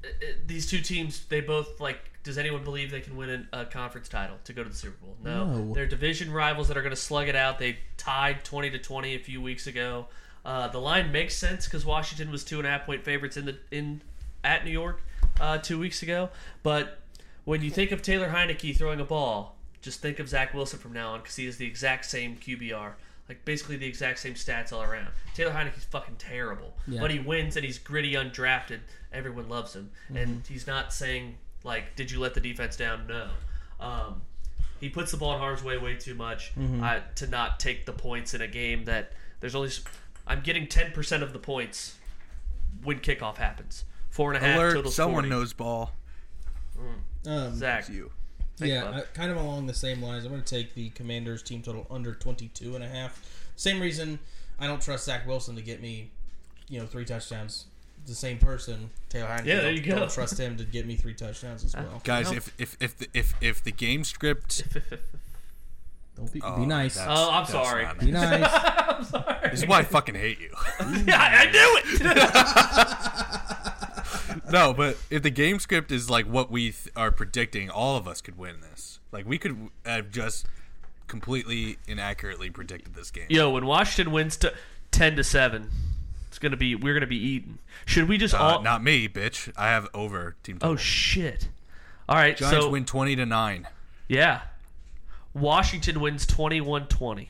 A: it these two teams, they both like. Does anyone believe they can win an, a conference title to go to the Super Bowl? No,
D: No.
A: they're division rivals that are going to slug it out. They tied twenty to twenty a few weeks ago. Uh, the line makes sense because Washington was two and a half point favorites in the in at New York uh, two weeks ago. But when you think of Taylor Heineke throwing a ball, just think of Zach Wilson from now on because he is the exact same QBR, like basically the exact same stats all around. Taylor Heineke's fucking terrible, but he wins and he's gritty, undrafted. Everyone loves him, and he's not saying like, "Did you let the defense down?" No. Um, he puts the ball in harm's way way too much uh, to not take the points in a game that there's only. s- I'm getting 10% of the points when kickoff happens. Four and a half
C: Alert,
A: total.
C: someone
A: 40.
C: knows ball.
D: Um,
A: Zach.
C: You.
D: yeah,
A: Bob.
D: uh, kind of along the same lines. I'm going to take the Commanders team total under 22 and a half. Same reason I don't trust Zach Wilson to get me, you know, three touchdowns. The same person, Taylor Heineke.
A: Yeah, there
D: don't-
A: you go.
D: Don't trust him to get me three touchdowns as well.
C: Guys,
A: Nope.
C: if if if the, if if the game script
D: Don't be,
C: Oh,
D: be nice.
C: that's-
A: Oh, I'm
C: that's
A: sorry. (laughs)
C: not
D: Be
C: nice.
D: nice.
A: I'm sorry.
C: This is why I fucking hate you.
A: (laughs)
C: (laughs)
A: Yeah, I, I knew it. (laughs)
C: no, but if the game script is like what we th- are predicting, all of us could win this. Like we could have just completely inaccurately predicted this game.
A: Yo, when Washington wins to 10 to 7, it's going to be we're going to be eating. Should we just
C: Uh,
A: all
C: not me, bitch. I have over team.
A: Oh
C: total.
A: shit. All right,
C: Giants
A: so
C: win twenty to nine.
A: yeah. Washington wins 21-20.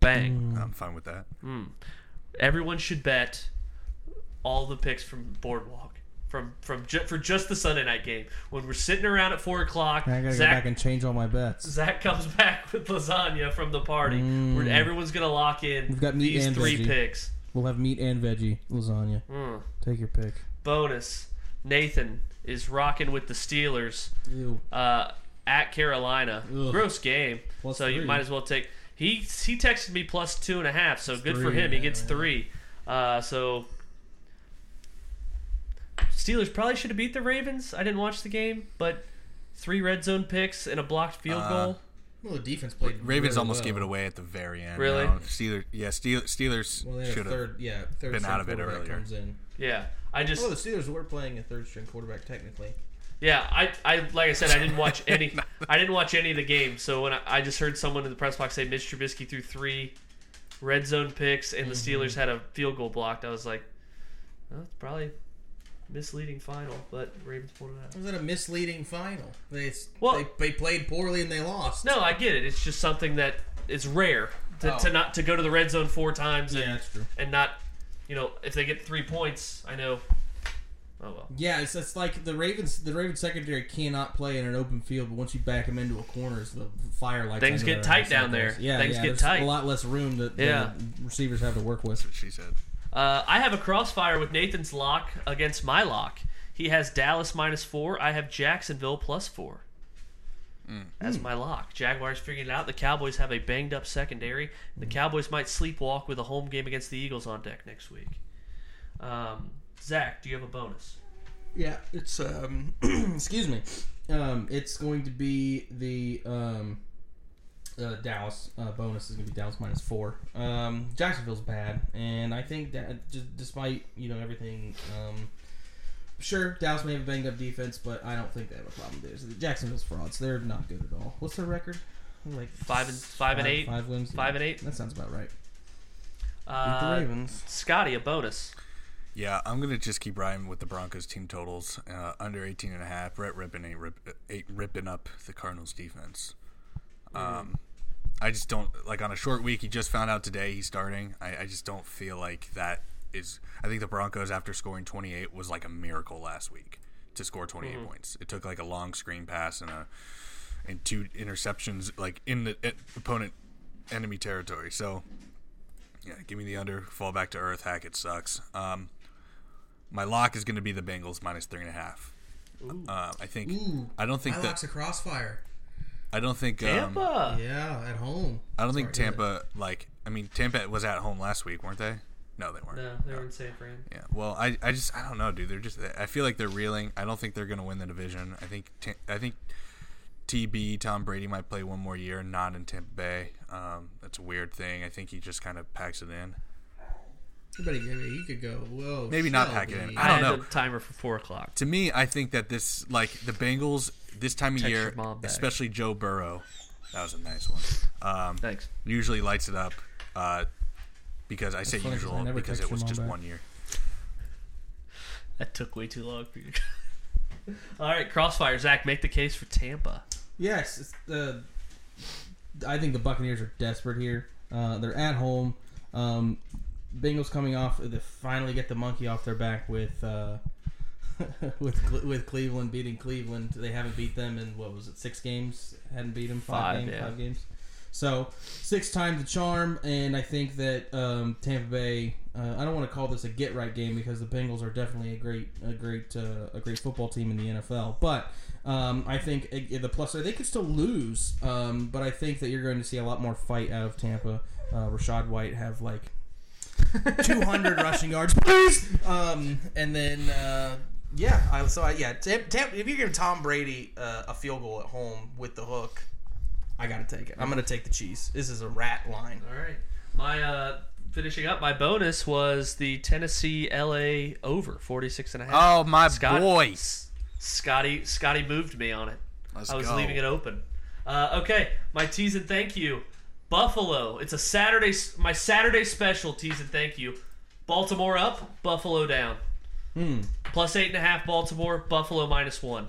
A: Bang.
C: I'm fine with that.
A: everyone should bet all the picks from Boardwalk for from from ju- for just the Sunday night game when we're sitting around at four o'clock.
B: I gotta go
A: Zach
B: back and change all my bets.
A: Zach comes (laughs) back with lasagna from the party. Where everyone's gonna lock in.
B: Mm. We've got meat
A: these
B: and
A: three
B: veggie.
A: picks.
B: We'll have meat and veggie lasagna.
A: Mm.
B: Take your pick.
A: Bonus: Nathan is rocking with the Steelers
B: Ew.
A: uh, at Carolina.
B: Ugh.
A: Gross game.
B: Plus
A: so you
B: three.
A: might as well take. He he texted me plus two and a half. So good for
B: three,
A: him. He
B: yeah,
A: gets
B: yeah.
A: three. Uh, so Steelers probably should have beat the Ravens. I didn't watch the game, but three red zone picks and a blocked field
C: Uh,
A: goal.
D: Well, the defense played.
C: Ravens
D: really
C: almost
D: well.
C: gave it away at the very end.
A: Really?
C: No, Steelers, yeah, Steel, Steelers
D: Well, they had a
C: should have.
D: third, yeah, third
C: been
D: string
C: out of it
D: quarterback
C: earlier.
D: Comes in.
A: Yeah, I just
D: Oh, the Steelers were playing a third string quarterback technically.
A: Yeah, I, I like I said, I
D: (laughs)
A: didn't watch any. I didn't watch any of the game. So when I, I just heard someone in the press box say Mitch Trubisky threw three red zone picks and the
D: Mm-hmm.
A: Steelers had a field goal blocked, I was like, well, that's probably misleading final. But Ravens pulled it out.
D: Was that a misleading final? They
A: Well-
D: they, they played poorly and they lost.
A: No, I get it. It's just something that it's rare to,
D: Oh.
A: to not to go to the red zone four times and,
D: yeah, that's true.
A: and not, you know, if they get three points, I know. Oh well.
B: Yeah, it's, it's like the Ravens. The Ravens secondary cannot play in an open field, but once you back them into a corner, it's the fire like
A: Things get tight down there.
B: Yeah,
A: Things
B: yeah,
A: get
B: there's
A: tight.
B: A lot less room that, that
A: Yeah.
B: the receivers have to work with.
C: She said.
A: Uh, I have a crossfire with Nathan's lock against my lock. He has Dallas minus four. I have Jacksonville plus four.
C: Hmm.
A: That's my lock. Jaguars figuring it out. The Cowboys have a banged up secondary.
C: Hmm.
A: The Cowboys might sleepwalk with a home game against the Eagles on deck next week. Um, Zach, do you have a bonus?
B: Yeah, it's um, (clears throat) excuse me, um, it's going to be the um, uh, Dallas uh, bonus is going to be Dallas minus four. Um, Jacksonville's bad, and I think that just despite you know everything, um, sure Dallas may have a banged up defense, but I don't think they have a problem there. So Jacksonville's frauds; they're not good at all. What's their record? Like
A: Five and five and eight.
B: five wins,
A: Five and eight.
B: That sounds about right. Beat the
A: Uh,
B: Ravens.
A: Scotty, a bonus.
C: Yeah, I'm gonna just keep riding with the Broncos team totals uh, under 18 and a half. Brett Rippin ain't, rip, ain't ripping up the Cardinals defense. Um, I just don't like on a short week. He just found out today he's starting. I, I just don't feel like that is. I think the Broncos after scoring 28 was like a miracle last week to score 28 points. It took like a long screen pass and a and two interceptions like in the at opponent enemy territory. So. Yeah, give me the under. Fall back to earth. Hack it sucks. Um, my lock is going to be the Bengals minus three and a half. Uh, I think.
D: Ooh.
C: I don't think
D: My
C: that.
D: lock's a crossfire.
C: I don't think. Um,
A: Tampa.
D: Yeah, at home.
C: I don't think
D: Sorry, go
C: Tampa. Like, I mean, Tampa was at home last week, weren't they? No, they weren't.
A: No, they were in San Fran.
C: Yeah. Well, I, I just I don't know, dude. They're just. I feel like they're reeling. I don't think they're going to win the division. I think. Ta- I think. TB Tom Brady might play one more year, not in Tampa Bay. Um, that's a weird thing. I think he just kind of packs it in.
D: Everybody, maybe he could go. Whoa.
C: Maybe not
D: Shelby.
C: pack it in.
A: I,
C: I don't
A: had
C: know.
A: the timer for four o'clock.
C: to me, I think that this like the Bengals this time of
A: Text your
C: year,
A: mom back.
C: especially Joe Burrow, that was a nice one. Um,
A: Thanks.
C: usually lights it up uh, because I say
B: funny 'cause I
C: usual
B: never
C: because
B: text
C: it
B: your
C: was
B: mom
C: just
B: back.
C: one year.
A: That took way too long for you. (laughs) All right, Crossfire Zach, make the case for Tampa.
B: Yes, it's the. I think the Buccaneers are desperate here. Uh, they're at home. Um, Bengals coming off. They finally get the monkey off their back with uh, (laughs) with Cle- with Cleveland beating Cleveland. They haven't beat them in what was it six games? Hadn't beat them five,
A: Five,
B: games.
A: yeah.
B: Five games. So six times the charm, and I think that um, Tampa Bay. Uh, I don't want to call this a get right game because the Bengals are definitely a great, a great, uh, a great football team in the NFL. But um, I think uh, the plus they could still lose, um, but I think that you're going to see a lot more fight out of Tampa. Uh, Rashad White have like 200 rushing yards, please.
D: Um, and then uh, yeah, I, so I, yeah, Tam, Tam, if you give Tom Brady uh, a field goal at home with the hook, I gotta take it. I'm gonna take the cheese. This is a rat line.
A: All right, my uh, finishing up my bonus was the Tennessee LA over 46 and a half.
C: Oh my
A: Scott-
C: boy,
A: Scotty Scotty moved me on it.
C: Let's
A: I was
C: go.
A: leaving it open. Uh, okay, my tease and thank you. Buffalo. It's a Saturday. My Saturday special tease and thank you. Baltimore up, Buffalo down.
C: Hmm.
A: Plus eight and a half. Baltimore. Buffalo minus one.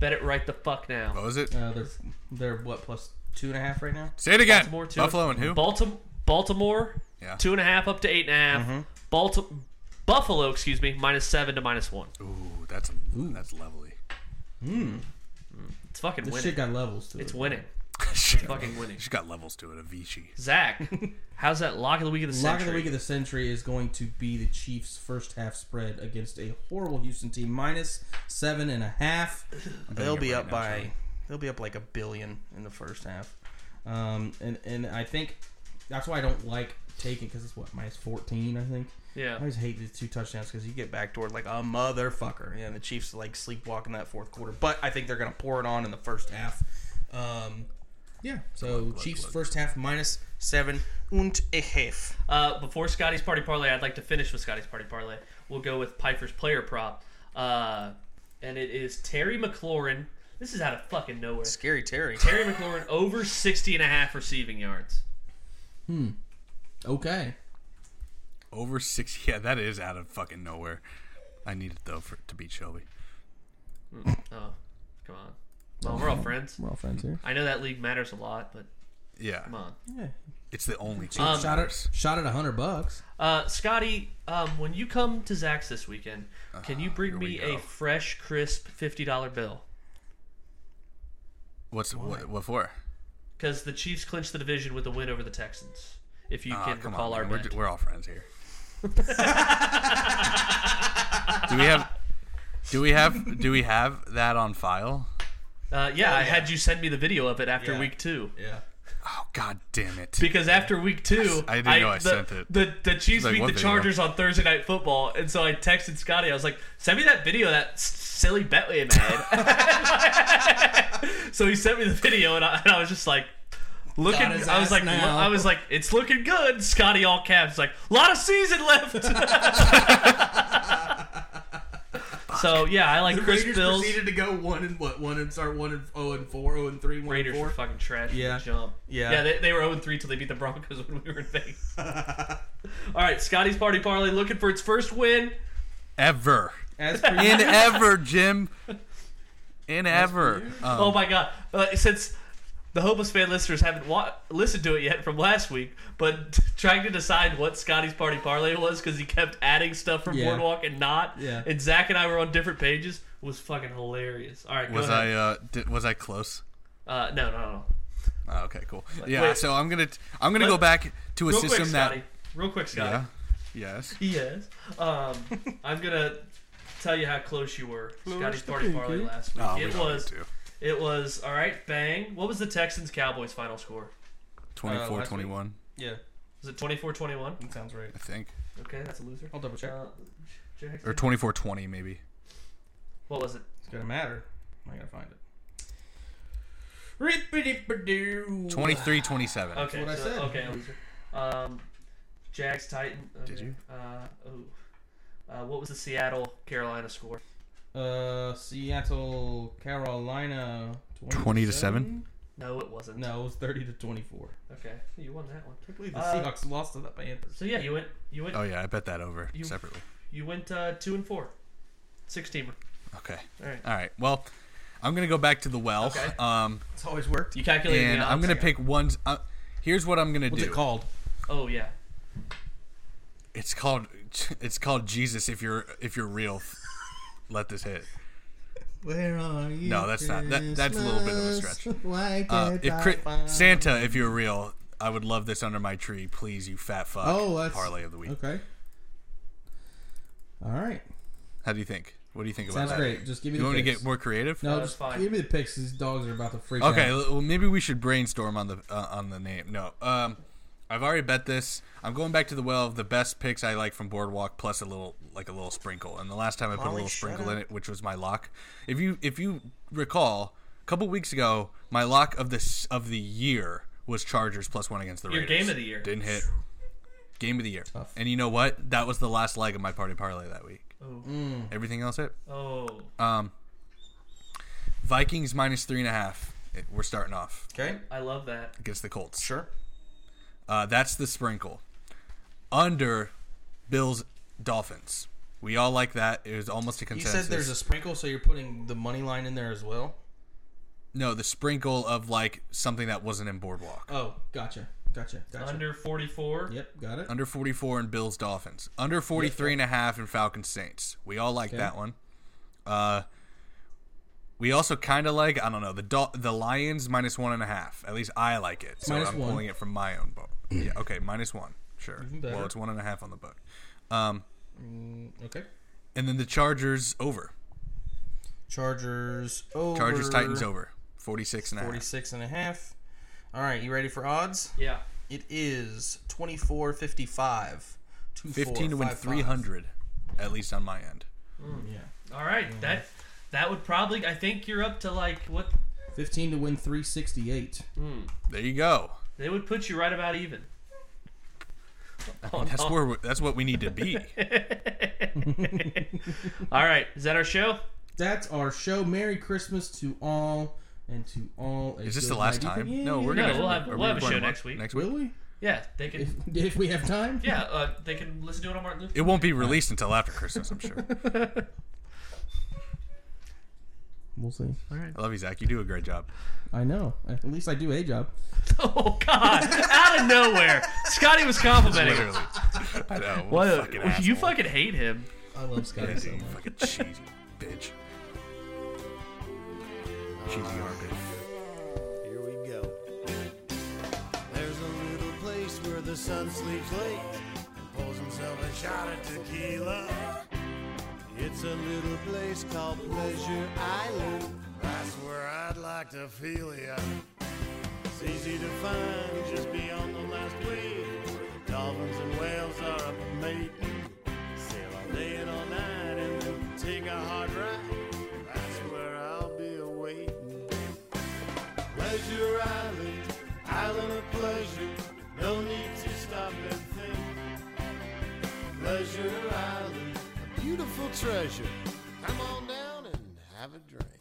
A: Bet it right the fuck now.
C: What was it?
B: Uh, they're they're what plus two and a half right now.
C: Say it again.
A: Baltimore, two-
C: Buffalo and who?
A: Baltimore, Baltimore,
C: Yeah. Mm-hmm.
A: two and a half up to eight and a half. Balti- Buffalo, excuse me, minus seven to minus one.
C: Ooh, That's that's lovely. (laughs)
A: It's fucking
B: This
A: winning.
B: shit got levels to
A: it's
B: it.
A: winning.
C: she
A: Fucking winning.
C: She's got levels to it. Avicii.
A: Zach, how's that lock of the week of the
B: Lock
A: century?
B: of the week of the century is going to be the Chiefs' first half spread against a horrible Houston team, minus seven and a half. They'll
C: it
B: be
C: right
B: up
C: now,
B: by
C: sorry.
B: they'll be up like a billion in the first half, um, and and I think that's why I don't like taking because it's what minus fourteen I think. I
A: yeah.
B: always hate these two touchdowns because you get backdoored like a motherfucker. Yeah, and the Chiefs like sleepwalking that fourth quarter, but I think they're gonna pour it on in the first half. Um, yeah, so Chiefs first half minus seven und a half.
A: Uh, before Scotty's party parlay, I'd like to finish with Scotty's party parlay. We'll go with Piper's player prop, uh, and it is Terry McLaurin. This is out of fucking nowhere.
D: Scary Terry.
A: Terry McLaurin over 60 and a half receiving yards.
B: Okay.
C: Over six. (laughs) Yeah, that is out of fucking nowhere. I need it though for to beat Shelby.
A: Oh, come on. Well, we're all friends.
B: We're all friends here.
A: I know that league matters a lot, but
C: Yeah,
A: come on.
C: it's the only. team
A: Um,
C: that
B: shot at
C: matters.
B: shot at hundred bucks.
A: Uh, Scotty, um, when you come to Zach's this weekend, can you bring
C: Ah, here we
A: me
C: go.
A: a fresh, crisp $50 bill?
C: What's what, what for?
A: Because the Chiefs clinched the division with a win over the Texans. If you
C: Ah,
A: can
C: come
A: recall
C: on,
A: our
C: man. we're,
A: bet.
C: ju- we're all
A: (laughs)
C: friends here. do we have? Do we have? Do we have that on file?
A: Uh, yeah, I had you send me the video of it after
B: Yeah.
A: week two.
B: Yeah.
C: Oh God damn it!
A: Because after week two,
C: I didn't know I
A: the,
C: sent it.
A: The, the Chiefs
C: It's like
A: beat
C: one
A: the
C: video.
A: Chargers on Thursday Night Football, and so I texted Scotty. I was like, "Send me that video, of that s- silly bet we had." (laughs) so he sent me the video, and I, and I was just like, "Looking,"
B: his
A: I was
B: ass
A: like,
B: now.
A: "I was like, it's looking good." Scotty all caps like, "Lot of season left." (laughs) so yeah, I like Chris
B: Raiders
A: Bills.
B: proceeded to go one and what one and start one and oh and four oh and three one
A: Raiders
B: and
A: were
B: four.
A: fucking trash. from the
B: Yeah.
A: jump.
B: Yeah.
A: yeah. They, they were 0 3 till they beat the Broncos (laughs) when we were in
C: (laughs)
A: Vegas. All right, Scotty's party parlay looking for its first win.
C: Ever
B: As per (laughs)
C: in ever, Jim. In ever. Um,
A: oh my god! Uh, since the Hopeless fan listeners haven't wa- listened to it yet from last week, but trying to decide what Scotty's party parlay was because he kept adding stuff from
B: Yeah.
A: Boardwalk and not.
B: Yeah.
A: And Zach and I were on different pages was fucking hilarious. All right, go
C: was
A: ahead.
C: I? Uh, did, was I close?
A: Uh, no, no, no.
C: Oh, okay, cool. Yeah.
A: wait.
C: so I'm gonna t- I'm gonna
A: Let-
C: go back to a
A: Real
C: system
A: quick,
C: that.
A: Scotty. Real quick, Scotty.
C: Yeah. Yes.
A: Yes.
C: (laughs)
A: Um, I'm gonna tell you how close you were. Scotty's
B: the
A: party parlay
B: pinky.
A: last week.
C: Oh, we
A: it
C: don't need
A: was.
C: to.
A: It was all right. Bang. What was the Texans Cowboys final score?
C: 24
B: last
C: 21,
B: yeah,
A: Was it 24-21?
B: that sounds right.
C: I think.
A: Okay, that's a loser.
B: I'll double check.
A: Uh, Jackson.
C: Or 24 20, maybe.
A: What was it?
B: It's gonna matter. I gotta find it. Rippity-ba-doo.
C: 23 27.
A: Okay,
B: what I
A: so-
B: said.
A: Okay, a loser. Um, Jags Titan. Okay.
C: Did you?
A: Uh, oh. Uh, what was the Seattle Carolina score?
B: Uh, Seattle, Carolina,
C: 20 to seven?
A: No, it wasn't.
B: No, it was thirty to twenty-four.
A: Okay, you won that one.
B: I believe the
A: Uh,
B: Seahawks lost to the Panthers.
A: So yeah, you went. You went.
C: Oh, yeah, I bet that over
A: You-
C: separately.
A: You went uh, two and four. Six teamer.
C: Okay.
A: All right.
C: All right. Well, I'm going to go back to the well.
A: Okay.
C: Um,
B: It's always worked.
A: You calculated
C: and
A: the
C: I'm
A: odds.
C: going to pick ones. Uh, here's what I'm going to do.
B: What's it called?
A: Oh yeah.
C: It's called (laughs) it's called Jesus if you're if you're real. Let this hit.
B: Where are you?
C: No, that's not- that- that's a little bit of a stretch.
B: Christmas? Why
C: Uh,
B: can't
C: if
B: I
C: Chri-
B: find-
C: Santa, if you're real, I would love this under my tree, please. You fat fuck.
B: Oh, that's-
C: parlay of the week.
B: Okay. All right.
C: How do you think? What do you think about
B: Sounds
C: that?
B: great. Just give me
C: You
B: the
C: want me to
B: picks.
C: get more creative?
B: No,
A: No, it's
B: just
A: fine.
B: give me the picks. These dogs are about to freak
C: Okay,
B: out.
C: l- well, maybe we should brainstorm on the uh, on the name. No, um, I've already bet this. I'm going back to the well of the best picks I like from Boardwalk, plus a little like a little sprinkle. And the last time I put a little sprinkle in it, which was my lock. If you if you recall, a couple weeks ago, my lock of this of the year was Chargers plus one against the
A: Your
C: Raiders.
A: game of the year.
C: didn't hit. Game of the year, and you know what? That was the last leg of my party parlay that week.
A: Oh.
B: Mm.
C: Everything else hit.
A: Oh.
C: Um, Vikings minus three and a half. It- We're starting off
B: Okay.
A: I love that.
C: against the Colts.
B: Sure.
C: Uh, that's the sprinkle. Under Bills Dolphins. We all like that. It was almost a
B: You
C: consensus.
B: said there's a sprinkle, so you're putting the money line in there as well.
C: no, the sprinkle of like something that wasn't in Boardwalk.
B: Oh, gotcha, gotcha, gotcha.
A: Under 44.
B: Yep, got it.
C: Under 44 in Bills Dolphins. Under 43 and a half in Falcons Saints. We all like that one. Uh, we also kind of like I don't know the Dol- the Lions minus one and a half. At least I like it, so
B: Minus
C: I'm
B: one.
C: pulling it from my own book. yeah, okay, minus one, sure.
D: better.
C: Well, it's one and a half on the book. Um,
D: Okay.
C: and then the Chargers over.
D: Chargers over.
C: Chargers Titans over 46 and a half.
D: 46 and a half. All right, you ready for odds?
A: Yeah.
D: It is 24.55.
C: 15 to win 300 at least on my end.
B: Yeah.
A: All right. That that would probably. I think you're up to like what
B: 15 to win 368.
C: There you go.
A: they would put you right about even. Oh,
C: That's
A: no.
C: where we- that's what we need to be.
A: (laughs) All right. Is that our show?
B: That's our show. Merry Christmas to all and to all.
C: Is this the last time? No, we're
A: No,
C: gonna
A: we'll have-
C: are
A: we'll
C: we
A: have a
C: recording
A: show
C: one-
A: next week.
C: Next week.
B: Will we?
A: Yeah. They can.
B: If, if we have time?
A: yeah. Uh, they can listen to it on Martin Luther.
C: It won't be released until after Christmas, I'm sure.
B: We'll see.
C: I love you, Zach. You do a great job.
B: I know. At least I do a job.
A: (laughs) Oh God! Out of nowhere, Scotty was complimenting. him.
C: Literally.
A: (laughs)
C: I know.
A: What a-
C: fucking
A: you
C: asshole.
A: fucking hate him.
B: I love Scotty
C: Yeah,
A: (laughs)
B: so
C: you
B: much.
C: fucking cheesy bitch. Cheesy garbage.
E: Here we go. There's a little place where the sun sleeps late and pulls himself a shot of tequila. It's a little place called Pleasure Island. That's where I'd like to feel ya. It's easy to find just beyond the last wave where the dolphins and whales are up mate. Sail all day and all night and then take a hard ride. That's where I'll be awaiting. Pleasure Island, island of pleasure. No need to stop and think. Pleasure Island, a beautiful treasure. Come on down and have a drink.